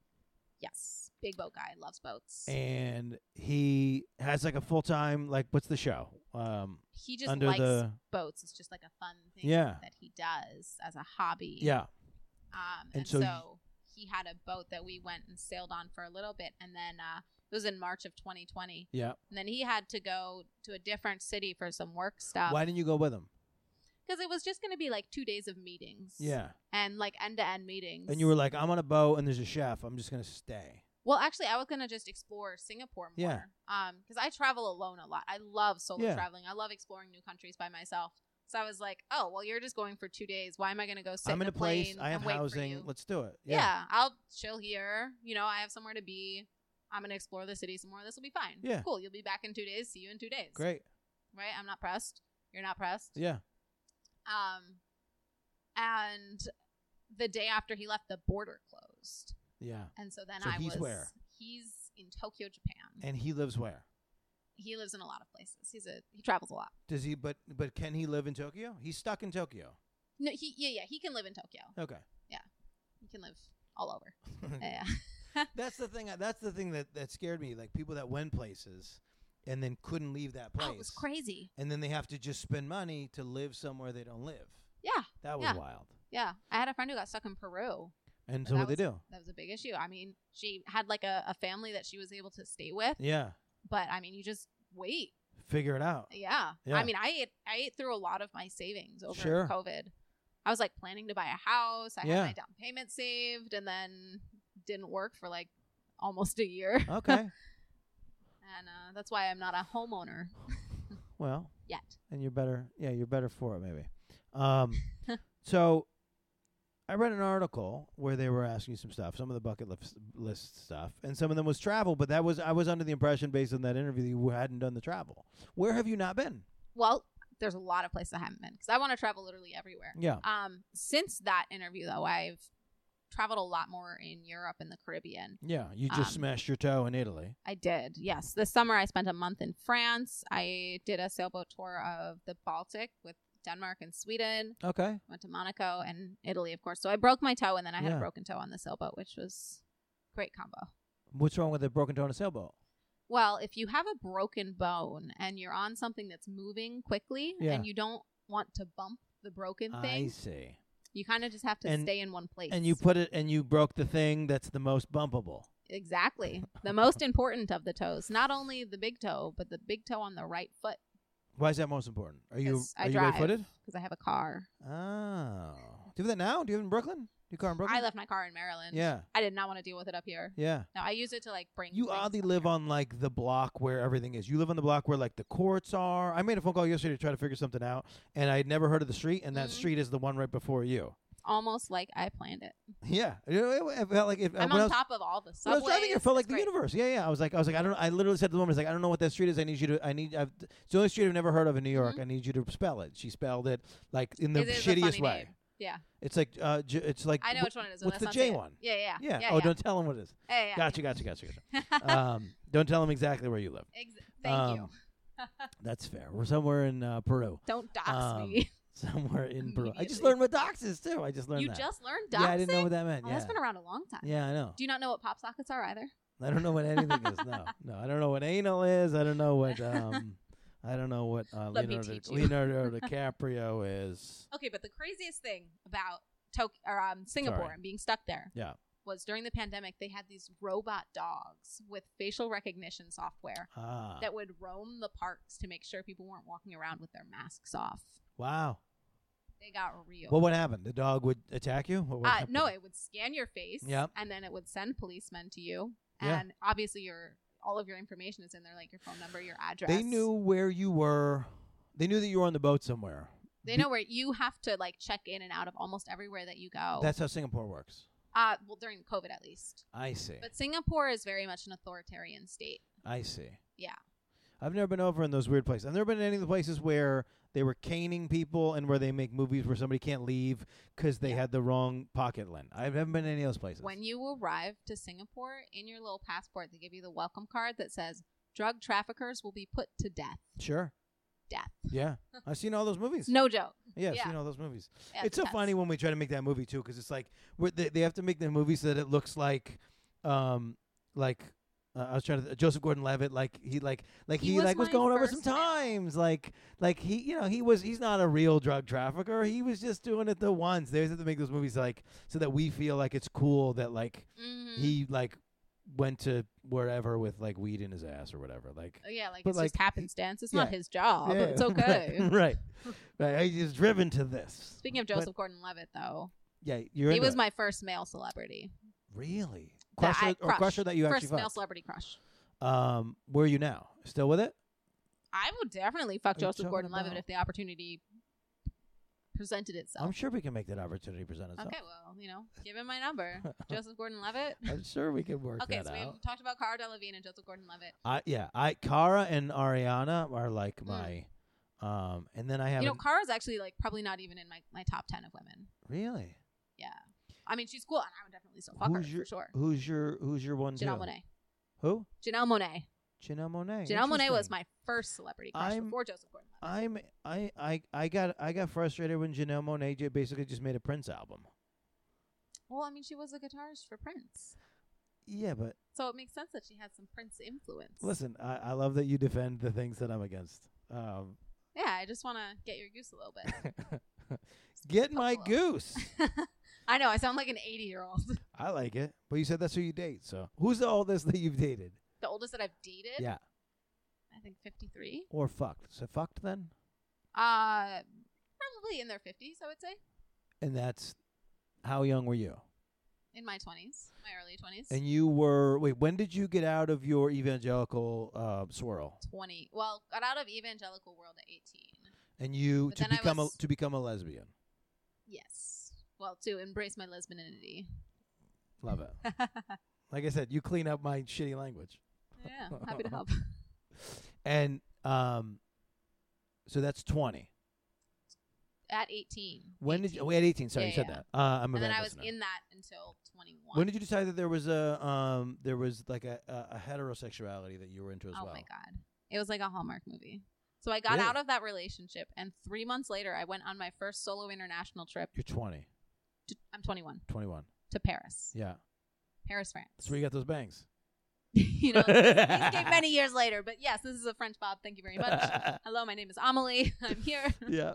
S2: yes, big boat guy loves boats.
S1: and he has like a full time like what's the show? Um,
S2: he just
S1: under
S2: likes
S1: the
S2: boats. It's just like a fun thing
S1: Yeah.
S2: that he does as a hobby.
S1: yeah.
S2: Um,
S1: And
S2: and,
S1: so
S2: so,
S1: you-
S2: he had a boat that we went and sailed on for a little bit, and then uh, it was in March of 2020.
S1: Yeah.
S2: And then he had to go to a different city for some work stuff
S1: Why didn't you go with him?
S2: because it was just going to be like two days of meetings.
S1: Yeah.
S2: and like end to end meetings.
S1: And you were like, I'm on a boat and there's a chef. I'm just gonna stay.
S2: well, actually, I was going to just explore Singapore more.
S1: Yeah.
S2: Um, because I travel alone a lot. I love solo
S1: Yeah.
S2: traveling. I love exploring new countries by myself. So I was like, oh well, you're just going for two days. Why am I going to go sit
S1: I'm in
S2: in
S1: a place.
S2: plane
S1: I have
S2: and wait for
S1: housing.
S2: you?
S1: Let's do it.
S2: yeah. I'll chill here. You know, I have somewhere to be. I'm gonna explore the city some more. This will be fine.
S1: Yeah.
S2: Cool. You'll be back in two days. See you in two days.
S1: Great.
S2: Right? I'm not pressed. You're not pressed.
S1: Yeah.
S2: Um and the day after he left, the border closed.
S1: Yeah.
S2: And so then
S1: So
S2: I
S1: he's
S2: was
S1: where?
S2: he's in Tokyo, Japan.
S1: And he lives where?
S2: he lives in a lot of places. He's a he travels a lot.
S1: Does he? But but can he live in Tokyo? He's stuck in Tokyo.
S2: No, he yeah, yeah, he can live in Tokyo.
S1: Okay.
S2: He can live all over. Yeah.
S1: that's the thing. That's the thing that that scared me. Like people that went places and then couldn't leave that place.
S2: Oh, it was crazy.
S1: And then they have to just spend money to live somewhere they don't live.
S2: Yeah.
S1: That was
S2: Yeah.
S1: wild.
S2: Yeah. I had a friend who got stuck in Peru.
S1: And
S2: But
S1: so
S2: that
S1: what they
S2: was-
S1: do?
S2: that was a big issue. I mean, she had like a, a family that she was able to stay with,
S1: Yeah.
S2: but I mean, you just wait.
S1: Figure it out.
S2: Yeah.
S1: Yeah.
S2: I mean, I ate, I ate through a lot of my savings over
S1: Sure.
S2: COVID. I was like planning to buy a house. I
S1: Yeah.
S2: had my down payment saved and then didn't work for like almost a year. and
S1: Okay.
S2: uh, that's why I'm not a homeowner
S1: well,
S2: yet.
S1: and you're better. Yeah, you're better for it maybe. Um, so I read an article where they were asking you some stuff, some of the bucket list, list stuff, and some of them was travel. But that was I was under the impression based on that interview that you hadn't done the travel. Where have you not been?
S2: Well, there's a lot of places I haven't been because I want to travel literally everywhere.
S1: Yeah.
S2: Um, since that interview though, I've traveled a lot more in Europe and the Caribbean.
S1: Yeah, you
S2: Um,
S1: just smashed your toe in Italy.
S2: I did. Yes. This summer I spent a month in France. I did a sailboat tour of the Baltic with Denmark and Sweden.
S1: Okay.
S2: Went to Monaco and Italy, of course. So I broke my toe and then I had
S1: Yeah.
S2: a broken toe on the sailboat, which was great combo.
S1: What's wrong with a broken toe on a sailboat?
S2: Well, if you have a broken bone and you're on something that's moving quickly
S1: Yeah.
S2: and you don't want to bump the broken
S1: I
S2: thing,
S1: see.
S2: you kind of just have to
S1: And-
S2: stay in one place.
S1: And you put it and you broke the thing that's the most bumpable.
S2: exactly the most important of the toes, not only the big toe, but the big toe on the right foot
S1: Why is that most important? Are you
S2: 'Cause I
S1: are you
S2: drive.
S1: right footed?
S2: because I have a car.
S1: Oh. Do you have that now? Do you have it in Brooklyn? Do you car in Brooklyn?
S2: I left my car in Maryland.
S1: Yeah.
S2: I did not want to deal with it up here.
S1: Yeah.
S2: No, I use it to like bring.
S1: You
S2: things
S1: oddly
S2: up
S1: live
S2: here.
S1: on like the block where everything is. You live on the block where like the courts are. I made a phone call yesterday to try to figure something out, and I had never heard of the street, and that
S2: Mhm.
S1: street is the one right before you.
S2: almost like I planned it.
S1: Yeah, it, it- it felt like if,
S2: I'm
S1: when I
S2: on
S1: was,
S2: top of all the
S1: when I
S2: subways.
S1: was driving, it felt like
S2: It's
S1: the
S2: great.
S1: universe. Yeah, yeah. I was like, I was like, I don't. I literally said to the woman, I was like, I don't know what that street is. I need you to. I need. I've, it's the only street I've never heard of in New York. I need you to spell it. She spelled it like in the
S2: Mm-hmm. It is a
S1: shittiest
S2: funny
S1: way.
S2: name. Yeah.
S1: It's like uh, j- it's like
S2: I know
S1: wh-
S2: which one it is. when
S1: what's
S2: I
S1: the
S2: saw
S1: J
S2: it.
S1: one?
S2: Yeah, yeah,
S1: Yeah.
S2: yeah.
S1: Oh, don't tell them what it is.
S2: Yeah, yeah.
S1: Gotcha, gotcha, gotcha, gotcha. um, don't tell them exactly where you live.
S2: Ex- thank you.
S1: Um, That's fair. We're somewhere in uh, Peru.
S2: Don't dox
S1: um,
S2: me.
S1: Somewhere in Peru. I just
S2: Immediately.
S1: learned what dox is too. I just learned
S2: You
S1: that.
S2: just learned doxing.
S1: yeah, I didn't know what that meant.
S2: Oh,
S1: yeah.
S2: That's been around a long time.
S1: yeah, I know.
S2: Do you not know what pop sockets are either?
S1: I don't know what anything is. No, no, I don't know what anal is. I don't know what um, I don't know what uh,
S2: Let me
S1: Leonardo,
S2: teach you.
S1: Leonardo DiCaprio is.
S2: Okay, but the craziest thing about Tokyo or um, Singapore
S1: Sorry.
S2: and being stuck there.
S1: Yeah.
S2: Was during the pandemic they had these robot dogs with facial recognition software
S1: Ah,
S2: that would roam the parks to make sure people weren't walking around with their masks off.
S1: wow.
S2: They got real.
S1: Well, what happened? The dog would attack you. What, what
S2: uh,
S1: happened?
S2: no, it would scan your face,
S1: Yep.
S2: and then it would send policemen to you,
S1: Yeah.
S2: and obviously your all of your information is in there, like your phone number, your address.
S1: They knew where you were. They knew that you were on the boat somewhere.
S2: They know where you have to like check in and out of almost everywhere that you go.
S1: That's how Singapore works.
S2: uh, well during COVID at least.
S1: I see.
S2: But Singapore is very much an authoritarian state.
S1: I see.
S2: Yeah.
S1: I've never been over in those weird places. I've never been in any of the places where they were caning people and where they make movies where somebody can't leave because they
S2: Yeah.
S1: had the wrong pocket lens. I haven't been in any of those places.
S2: When you arrive to Singapore, in your little passport, they give you the welcome card that says drug traffickers will be put to death.
S1: sure.
S2: Death.
S1: Yeah. I've seen all those movies.
S2: No joke.
S1: Yeah, I've
S2: yeah.
S1: seen all those movies.
S2: Yeah,
S1: it's so
S2: nuts.
S1: funny when we try to make that movie too, because it's like we're, they, they have to make the movie so that it looks like, um, like uh, I was trying to Joseph Gordon-Levitt, like he like like
S2: He
S1: he,
S2: was
S1: like was
S2: my
S1: going over
S2: first
S1: some
S2: man.
S1: times, like like he you know he was he's not a real drug trafficker, he was just doing it the once. They always have to make those movies like so that we feel like it's cool that like
S2: Mhm.
S1: he like went to wherever with like weed in his ass or whatever, like.
S2: Oh, yeah, like
S1: But,
S2: it's
S1: like,
S2: just happenstance. It's not
S1: yeah.
S2: his job.
S1: Yeah,
S2: It's okay.
S1: right, right. right. He's driven to this.
S2: Speaking of
S1: But-
S2: Joseph Gordon-Levitt, though,
S1: Yeah, you're.
S2: he
S1: into
S2: was
S1: it.
S2: my first male celebrity.
S1: Really?
S2: That
S1: Crusher
S2: I
S1: or
S2: crushed.
S1: crusher that you
S2: first
S1: actually
S2: male
S1: fucked.
S2: celebrity crush.
S1: Um, where are you now? Still with it?
S2: I would definitely fuck
S1: Are you
S2: Joseph
S1: talking
S2: Gordon-Levitt
S1: about-
S2: if the opportunity presented itself.
S1: I'm sure we can make that opportunity present itself.
S2: okay, well, you know, give him my number, Joseph Gordon-Levitt.
S1: I'm sure we can work
S2: Okay,
S1: that
S2: so
S1: out.
S2: we've talked about Cara Delevingne and Joseph Gordon-Levitt.
S1: I yeah, I Kara and Ariana are like my um and then I have
S2: Hmm. You know, Cara's actually like probably not even in my, my top ten of women.
S1: really.
S2: I mean, she's cool, and I would definitely still fuck
S1: Who's
S2: her
S1: your-
S2: for sure.
S1: Who's your who's your one
S2: Janelle
S1: two?
S2: Monet.
S1: Who?
S2: Janelle Monet.
S1: Janelle Monet.
S2: Janelle Monet was
S1: Interesting.
S2: my first celebrity crush
S1: I'm-
S2: before Joseph Gordon.
S1: I'm I, I I got I got frustrated when Janelle Monet j- basically just made a Prince album.
S2: Well, I mean, she was a guitarist for Prince,
S1: Yeah, but
S2: so it makes sense that she had some Prince influence.
S1: listen, I, I love that you defend the things that I'm against. Um
S2: Yeah, I just want to get your goose a little bit.
S1: Get my
S2: Buffalo.
S1: goose.
S2: I know I sound like an eighty-year-old.
S1: I like it. But you said that's who you date. So who's the oldest that you've dated?
S2: the oldest that I've dated.
S1: Yeah.
S2: I think fifty-three.
S1: Or fucked. So fucked then?
S2: Uh probably in their fifties. I would say
S1: And that's how young were you?
S2: in my twenties, my early twenties.
S1: And you were wait, when did you get out of your evangelical uh, swirl?
S2: 20 well got out of evangelical world at 18
S1: And you
S2: But
S1: to
S2: then I
S1: become
S2: was-
S1: a to become a lesbian.
S2: yes well to embrace my lesbianity
S1: Love it. like I said, you clean up my shitty language.
S2: yeah happy to help
S1: And um so that's twenty.
S2: at 18
S1: When did
S2: 18.
S1: you oh, at eighteen, sorry,
S2: Yeah,
S1: you said
S2: yeah.
S1: that. Uh, I'm a
S2: and then
S1: bad
S2: i was
S1: listener.
S2: in that until 21
S1: When did you decide that there was a um there was like a a, a heterosexuality that you were into as
S2: oh
S1: well?
S2: my god it was like a hallmark movie so i got
S1: Really?
S2: out of that relationship and three months later i went on my first solo international trip
S1: You're 20,
S2: to, i'm 21
S1: 21.
S2: to paris
S1: Yeah,
S2: paris france
S1: that's where you got those bangs.
S2: you know these came many years later but yes this is a french bob thank you very much hello my name is amelie i'm here
S1: yeah,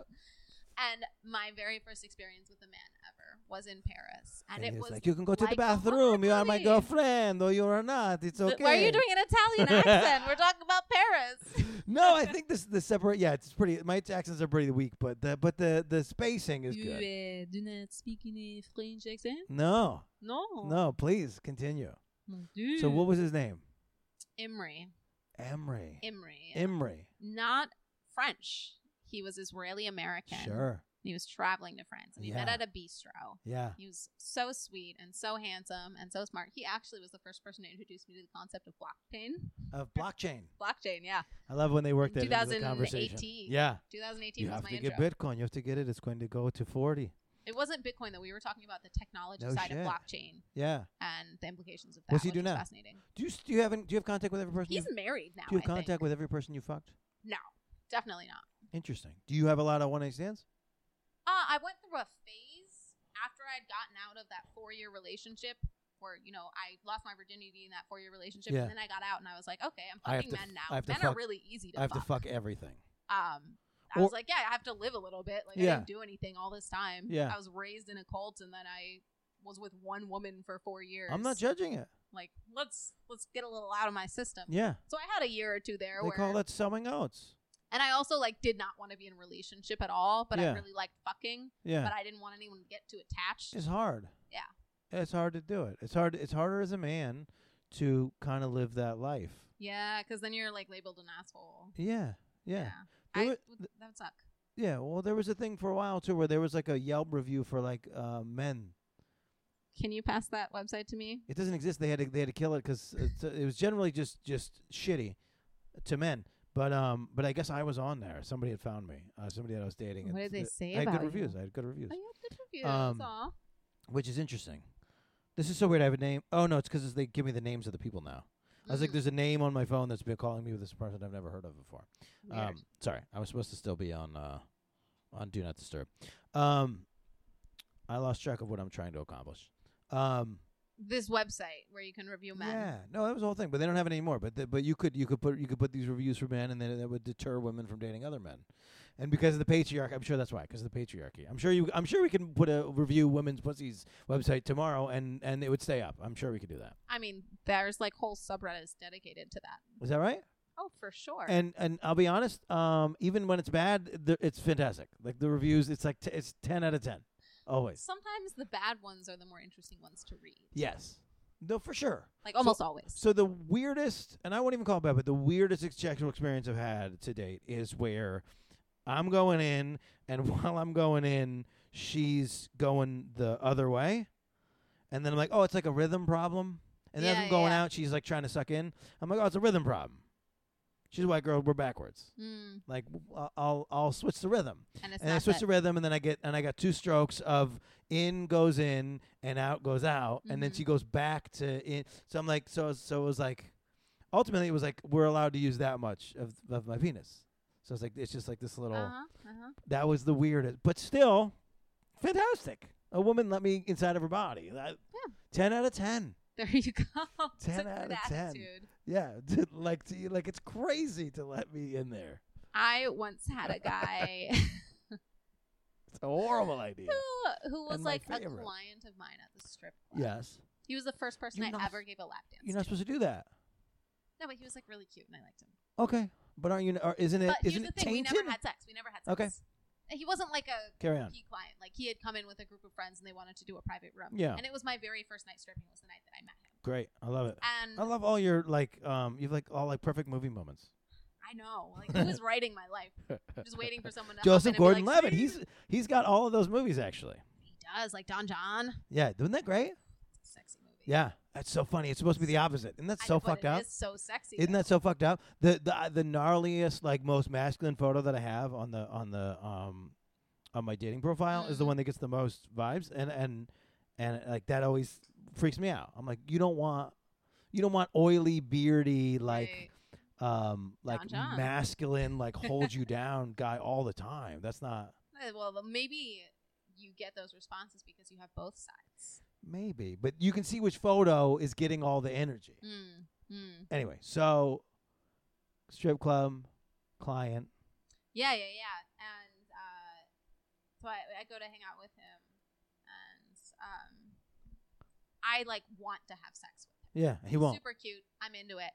S2: And my very first experience with a man ever was in Paris, and, it
S1: he
S2: was.
S1: like you can go to the
S2: like a horror
S1: bathroom. You are my
S2: movie."
S1: girlfriend, or you are not. It's
S2: Th-
S1: okay.
S2: Why are you doing an Italian accent? We're talking about Paris.
S1: no, I think this the separate. Yeah, it's pretty. My accents are pretty weak, but the but the the spacing is good.
S2: uh, do not speak in a French accent?
S1: No,
S2: No.
S1: no, please continue.
S2: Mon Dieu.
S1: So what was his name?
S2: Imri.
S1: Emery.
S2: Imri.
S1: Emery.
S2: Not French. He was Israeli American.
S1: Sure.
S2: He was traveling to France, and he met
S1: Yeah.
S2: at a bistro.
S1: Yeah.
S2: He was so sweet and so handsome and so smart. He actually was the first person to introduce me to the concept of blockchain.
S1: Of blockchain.
S2: Blockchain, yeah.
S1: I love when they work that into the
S2: 2018.
S1: conversation. Yeah.
S2: 2018
S1: You
S2: was
S1: have
S2: my
S1: to
S2: intro.
S1: get Bitcoin. You have to get it. It's going to go to 40.
S2: It wasn't Bitcoin though. We were talking about the technology
S1: No
S2: side
S1: shit.
S2: of blockchain
S1: Yeah.
S2: and the implications of that.
S1: What's he
S2: which
S1: do
S2: was
S1: now?
S2: Fascinating.
S1: Do you s- do you have any, do you have contact with every person?
S2: He's
S1: you,
S2: married now.
S1: do you have
S2: I think.
S1: contact with every person you fucked?
S2: No, definitely not.
S1: Interesting. Do you have a lot of one night stands?
S2: Uh, I went through a phase after I'd gotten out of that four-year relationship where you know I lost my virginity in that four-year relationship,
S1: Yeah.
S2: and then I got out and I was like, okay, I'm
S1: I have
S2: fucking
S1: to
S2: men
S1: f-
S2: now.
S1: I have to
S2: men are
S1: fuck-
S2: really easy to
S1: I have
S2: fuck.
S1: to fuck everything.
S2: Um, I
S1: Or-
S2: was like, yeah, I have to live a little bit. Like I
S1: Yeah.
S2: didn't do anything all this time.
S1: Yeah.
S2: I was raised in a cult, and then I was with one woman for four years.
S1: I'm not judging it.
S2: like let's let's get a little out of my system.
S1: Yeah.
S2: So I had a year or two there
S1: They
S2: where
S1: call that selling outs.
S2: and I also like did not want to be in a relationship at all, but I
S1: Yeah.
S2: really liked fucking,
S1: Yeah.
S2: but I didn't want anyone to get too attached.
S1: It's hard.
S2: Yeah.
S1: It's hard to do it. It's hard. It's harder as a man to kind of live that life.
S2: Yeah, cuz then you're like labeled an asshole.
S1: Yeah. Yeah.
S2: I,
S1: There wa-
S2: would- that would suck.
S1: Yeah. Well, there was a thing for a while too where there was like a Yelp review for like uh, men
S2: Can you pass that website to me?
S1: uh, It doesn't exist. They had to they had to kill it because it was generally just just shitty to men. But um, but I guess I was on there. Somebody had found me. Uh, somebody that I was dating. and
S2: What did they
S1: th-
S2: say
S1: I had
S2: about
S1: good reviews.
S2: you?
S1: I had good reviews,
S2: Oh, you have good reviews.
S1: Um,
S2: aw.
S1: which is interesting. This is so weird. I have a name. Oh no, it's because they give me the names of the people now. I was like,
S2: Mm,
S1: there's a name on my phone that's been calling me with this person I've never heard of before.
S2: weird.
S1: Um, sorry, I was supposed to still be on uh, on Do Not Disturb. Um, I lost track of what I'm trying to accomplish. Um,
S2: this website where you can review men.
S1: yeah, no, that was the whole thing. But they don't have it anymore. But the, but you could you could put you could put these reviews for men, and then that would deter women from dating other men. And because of the patriarchy, I'm sure that's why. Because of the patriarchy, I'm sure you I'm sure we can put a review women's pussies website tomorrow, and and it would stay up. I'm sure we could do that.
S2: I mean, there's like whole subreddits dedicated to that.
S1: Is that right?
S2: Oh, for sure.
S1: And and I'll be honest, um, even when it's bad, th- it's fantastic. Like the reviews, it's like t- it's ten out of ten, always.
S2: Sometimes the bad ones are the more interesting ones to read.
S1: Yes, no, for sure.
S2: Like almost always.
S1: So the weirdest, and I won't even call it bad, but the weirdest ex- sexual experience I've had to date is where I'm going in, and while I'm going in, she's going the other way, and then I'm like, oh, it's like a rhythm problem. And then
S2: Yeah,
S1: as I'm going
S2: yeah.
S1: out, she's like trying to suck in. I'm like, oh, it's a rhythm problem. She's a white girl. We're backwards.
S2: Mm,
S1: Like w- I'll- I'll I'll switch the rhythm.
S2: and it's
S1: and I
S2: not
S1: switch
S2: that-
S1: the rhythm, and then I get and I got two strokes of in goes in and out goes out, and then
S2: Mhm.
S1: she goes back to in. So I'm like, so so it was like, ultimately it was like we're allowed to use that much of of my penis. So it's like it's just like this little.
S2: uh-huh, uh-huh.
S1: That was the weirdest, but still, fantastic. A woman let me inside of her body. That-
S2: Yeah.
S1: Ten out of ten.
S2: There you go. It's
S1: 10
S2: a
S1: out
S2: good
S1: of 10.
S2: attitude.
S1: Yeah, like to, like it's crazy to let me in there.
S2: I once had a guy
S1: It's a horrible idea.
S2: who, who was
S1: And my
S2: like a
S1: favorite.
S2: client of mine at the strip club.
S1: Yes,
S2: He was the first person
S1: You're
S2: I
S1: not-
S2: ever gave a lap dance.
S1: you're not
S2: to.
S1: supposed to do that.
S2: No, but he was like really cute and I liked him.
S1: Okay, but aren't you? Or isn't it?
S2: But here's
S1: not
S2: the
S1: it
S2: thing,
S1: tainted?
S2: we never had sex. We never had sex.
S1: Okay.
S2: And He wasn't like a
S1: Carry on.
S2: key client. Like he had come in with a group of friends and they wanted to do a private room.
S1: Yeah. Oh.
S2: And it was my very first night stripping was the night that I met him.
S1: Great, I love it.
S2: And
S1: I love all your like, um, you've like all like perfect movie moments.
S2: I know, like who is writing my life? Just waiting for someone to hop in
S1: Joseph
S2: and be like,
S1: Gordon-Levitt,
S2: "See?"
S1: he's he's got all of those movies actually.
S2: he does like Don John,
S1: Yeah, isn't that great?
S2: sexy movie.
S1: Yeah, that's so funny. It's supposed to be the opposite, and that's
S2: I
S1: so
S2: know, but
S1: fucked
S2: it
S1: up.
S2: is so sexy.
S1: Isn't that so fucked up? The the uh, the gnarliest like most masculine photo that I have on the on the um on my dating profile is the
S2: Mhm.
S1: one that gets the most vibes and and and like that always freaks me out. I'm like you don't want you don't want oily beardy like um like
S2: Don John.
S1: masculine like hold you down guy all the time. That's not
S2: though. Uh, well, maybe you get those responses because you have both sides.
S1: maybe, but you can see which photo is getting all the energy.
S2: Mm. Mm.
S1: Anyway, so strip club client
S2: Yeah, yeah, yeah. And uh, so I, I go to hang out with him, and um, I like want to have sex with him.
S1: yeah, he won't.
S2: Super cute. I'm into it.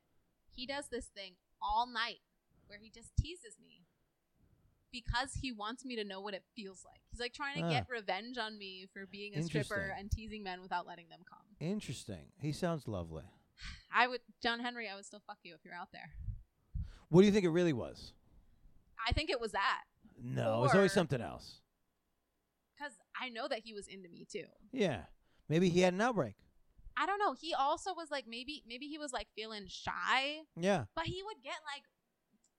S2: He does this thing all night where he just teases me because he wants me to know what it feels like. He's like trying to
S1: Ah.
S2: get revenge on me for being a stripper
S1: Interesting.
S2: and teasing men without letting them come.
S1: Interesting. He sounds lovely.
S2: I would, John Henry, I would still fuck you if you're out there.
S1: What do you think it really was?
S2: I think it was that
S1: No, it's always
S2: Or-
S1: something else.
S2: because I know that he was into me too.
S1: Yeah. Maybe he had an outbreak.
S2: I don't know. He also was like maybe maybe he was like feeling shy,
S1: Yeah.
S2: but he would get like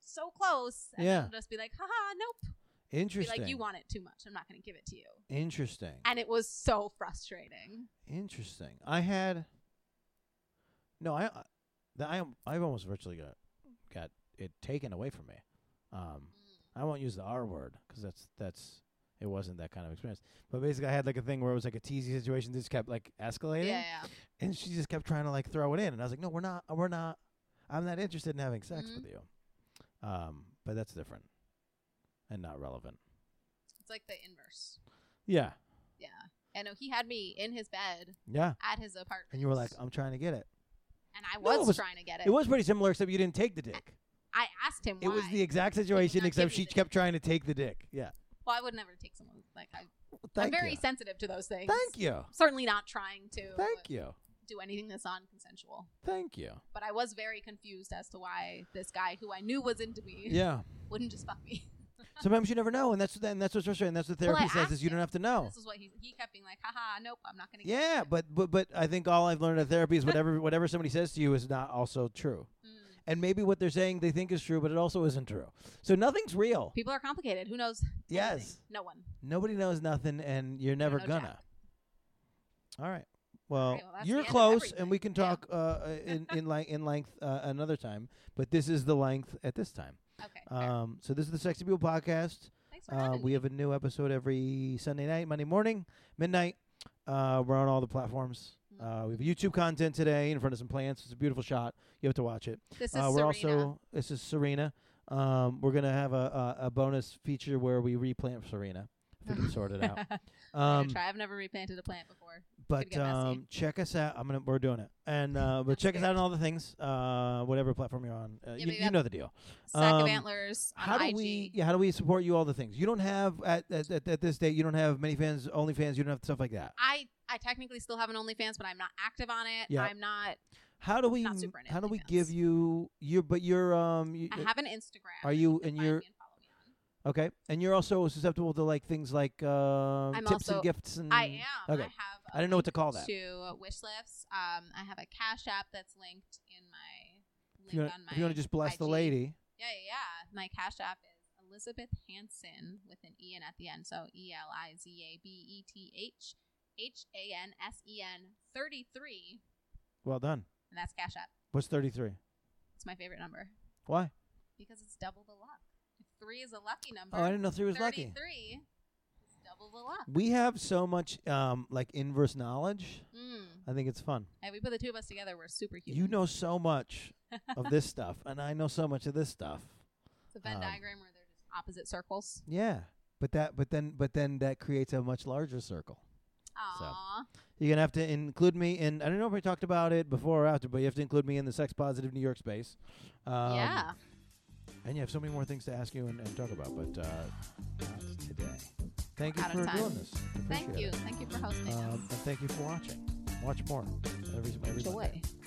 S2: so close and
S1: Yeah.
S2: then just be like, haha, nope. Be
S1: Interesting.
S2: like, you want it too much. I'm not gonna give it to you.
S1: Interesting.
S2: And it was so frustrating.
S1: Interesting. I had No, I I- the- I I've almost virtually got got it taken away from me. Um I won't use the R word cuz that's that's it wasn't that kind of experience. But basically I had like a thing where it was like a teasy situation that just kept like
S2: Yeah,
S1: escalating.
S2: yeah.
S1: and she just kept trying to like throw it in and i was like no we're not we're not i'm not interested in having sex
S2: Mhm.
S1: with you um but that's different and not relevant
S2: It's like the inverse.
S1: yeah
S2: Yeah. And no, he had me in his bed
S1: yeah
S2: at his apartment.
S1: and you were like i'm trying to get it
S2: and I
S1: No, it
S2: was,
S1: was-
S2: trying to get it.
S1: it was pretty similar except you didn't take the dick
S2: I asked him
S1: it
S2: why.
S1: was the exact situation
S2: not
S1: except
S2: give me
S1: she
S2: the
S1: kept trying to take the dick yeah
S2: well, I would never take someone like I,
S1: Well,
S2: I'm
S1: thank
S2: very
S1: you
S2: sensitive to those things.
S1: thank you
S2: Certainly not trying to
S1: thank you
S2: do anything that's non-consensual.
S1: thank you
S2: but I was very confused as to why this guy who I knew was into me
S1: yeah
S2: wouldn't just fuck me.
S1: sometimes you never know and that's and that's what's frustrating that's what
S2: Well, I
S1: therapy says is
S2: asked
S1: you don't
S2: him.
S1: have to know
S2: This is what he he kept being like, haha, nope, I'm not gonna. get
S1: Oh. yeah
S2: it."
S1: but but but i think all i've learned in therapy is whatever whatever somebody says to you is not also true
S2: Mm.
S1: and maybe what they're saying they think is true, but it also isn't true. So nothing's real.
S2: People are complicated. Who knows?
S1: Yes.
S2: No one.
S1: Nobody knows nothing, and you're never
S2: know
S1: gonna.
S2: Jack.
S1: All right. Well,
S2: well, that's the
S1: you're
S2: end of
S1: close,
S2: everything.
S1: and we can
S2: Yeah.
S1: talk uh, in in, li- in length uh, another time. But this is the length at this time.
S2: Okay. fair.
S1: Um, so this is the Sexy People podcast.
S2: Thanks for
S1: Uh,
S2: having
S1: we
S2: me.
S1: have a new episode every Sunday night, Monday morning, midnight. Uh, we're on all the platforms.
S2: Mm-hmm.
S1: Uh, we have YouTube content today in front of some plants. It's a beautiful shot. You have to watch it.
S2: This is
S1: Uh, we're
S2: Serena.
S1: also this is Serena. Um, we're gonna have a, a, a bonus feature where we replant Serena if we can sort it out.
S2: I'm
S1: Um,
S2: gonna try. I've never replanted a plant before.
S1: but
S2: get messy.
S1: um, check us out. I'm gonna we're doing it, and uh, but
S2: That's
S1: check us
S2: good.
S1: out on all the things, uh, whatever platform you're on. Uh,
S2: Yeah,
S1: you,
S2: but you
S1: you
S2: have-
S1: know the deal.
S2: Sack
S1: Um,
S2: of antlers. On
S1: How do
S2: IG.
S1: we? Yeah, how do we support you? All the things you don't have at at, at, at this date. You don't have many fans, only fans. You don't have stuff like that.
S2: I I technically still have an OnlyFans, but I'm not active on it.
S1: Yeah.
S2: I'm not.
S1: How do we?
S2: Not super into
S1: How do we
S2: OnlyFans.
S1: give you? You but you're um. You,
S2: I have an Instagram.
S1: Are you-
S2: can
S1: and
S2: find
S1: you're-
S2: me and follow me on.
S1: okay, and you're also susceptible to like things like uh,
S2: I'm
S1: tips
S2: also-
S1: and gifts and.
S2: I am. I
S1: Mm, Okay.
S2: have. a
S1: I didn't know what to
S2: link
S1: call that.
S2: To wish lists. Um, I have a Cash App that's linked in my.
S1: If you
S2: Link
S1: wanna-
S2: on my
S1: if you want to just bless the
S2: IG.
S1: lady,
S2: Yeah, yeah, yeah. My Cash App is Elizabeth Hanson with an E N at the end. So E L I Z A B E T H H A N S E N 33.
S1: well done.
S2: And that's Cash App.
S1: What's 33?
S2: It's my favorite number
S1: Why?
S2: because it's double the luck. If three is a lucky number,
S1: Oh, I didn't know three was lucky.
S2: 33 is double the luck.
S1: We have so much um like inverse knowledge.
S2: Mm.
S1: I think it's fun.
S2: And we put the two of us together, we're superhuman.
S1: You know so much of this stuff, and I know so much of this stuff.
S2: It's a Venn
S1: Um,
S2: diagram where they're just opposite circles.
S1: Yeah, but that, but then, but then that creates a much larger circle. so.
S2: Aww.
S1: You're gonna have to include me in. I don't know if we talked about it before or after, but you have to include me in the sex positive New York space. Um,
S2: yeah.
S1: And you have so many more things to ask you and, and talk about, but uh, not today. Thank you
S2: Out of
S1: for
S2: time.
S1: doing this. I
S2: Thank
S1: appreciate
S2: you.
S1: it.
S2: Thank you for hosting
S1: Um,
S2: us.
S1: and thank you for watching. Watch more. Every, every Monday.
S2: Joy.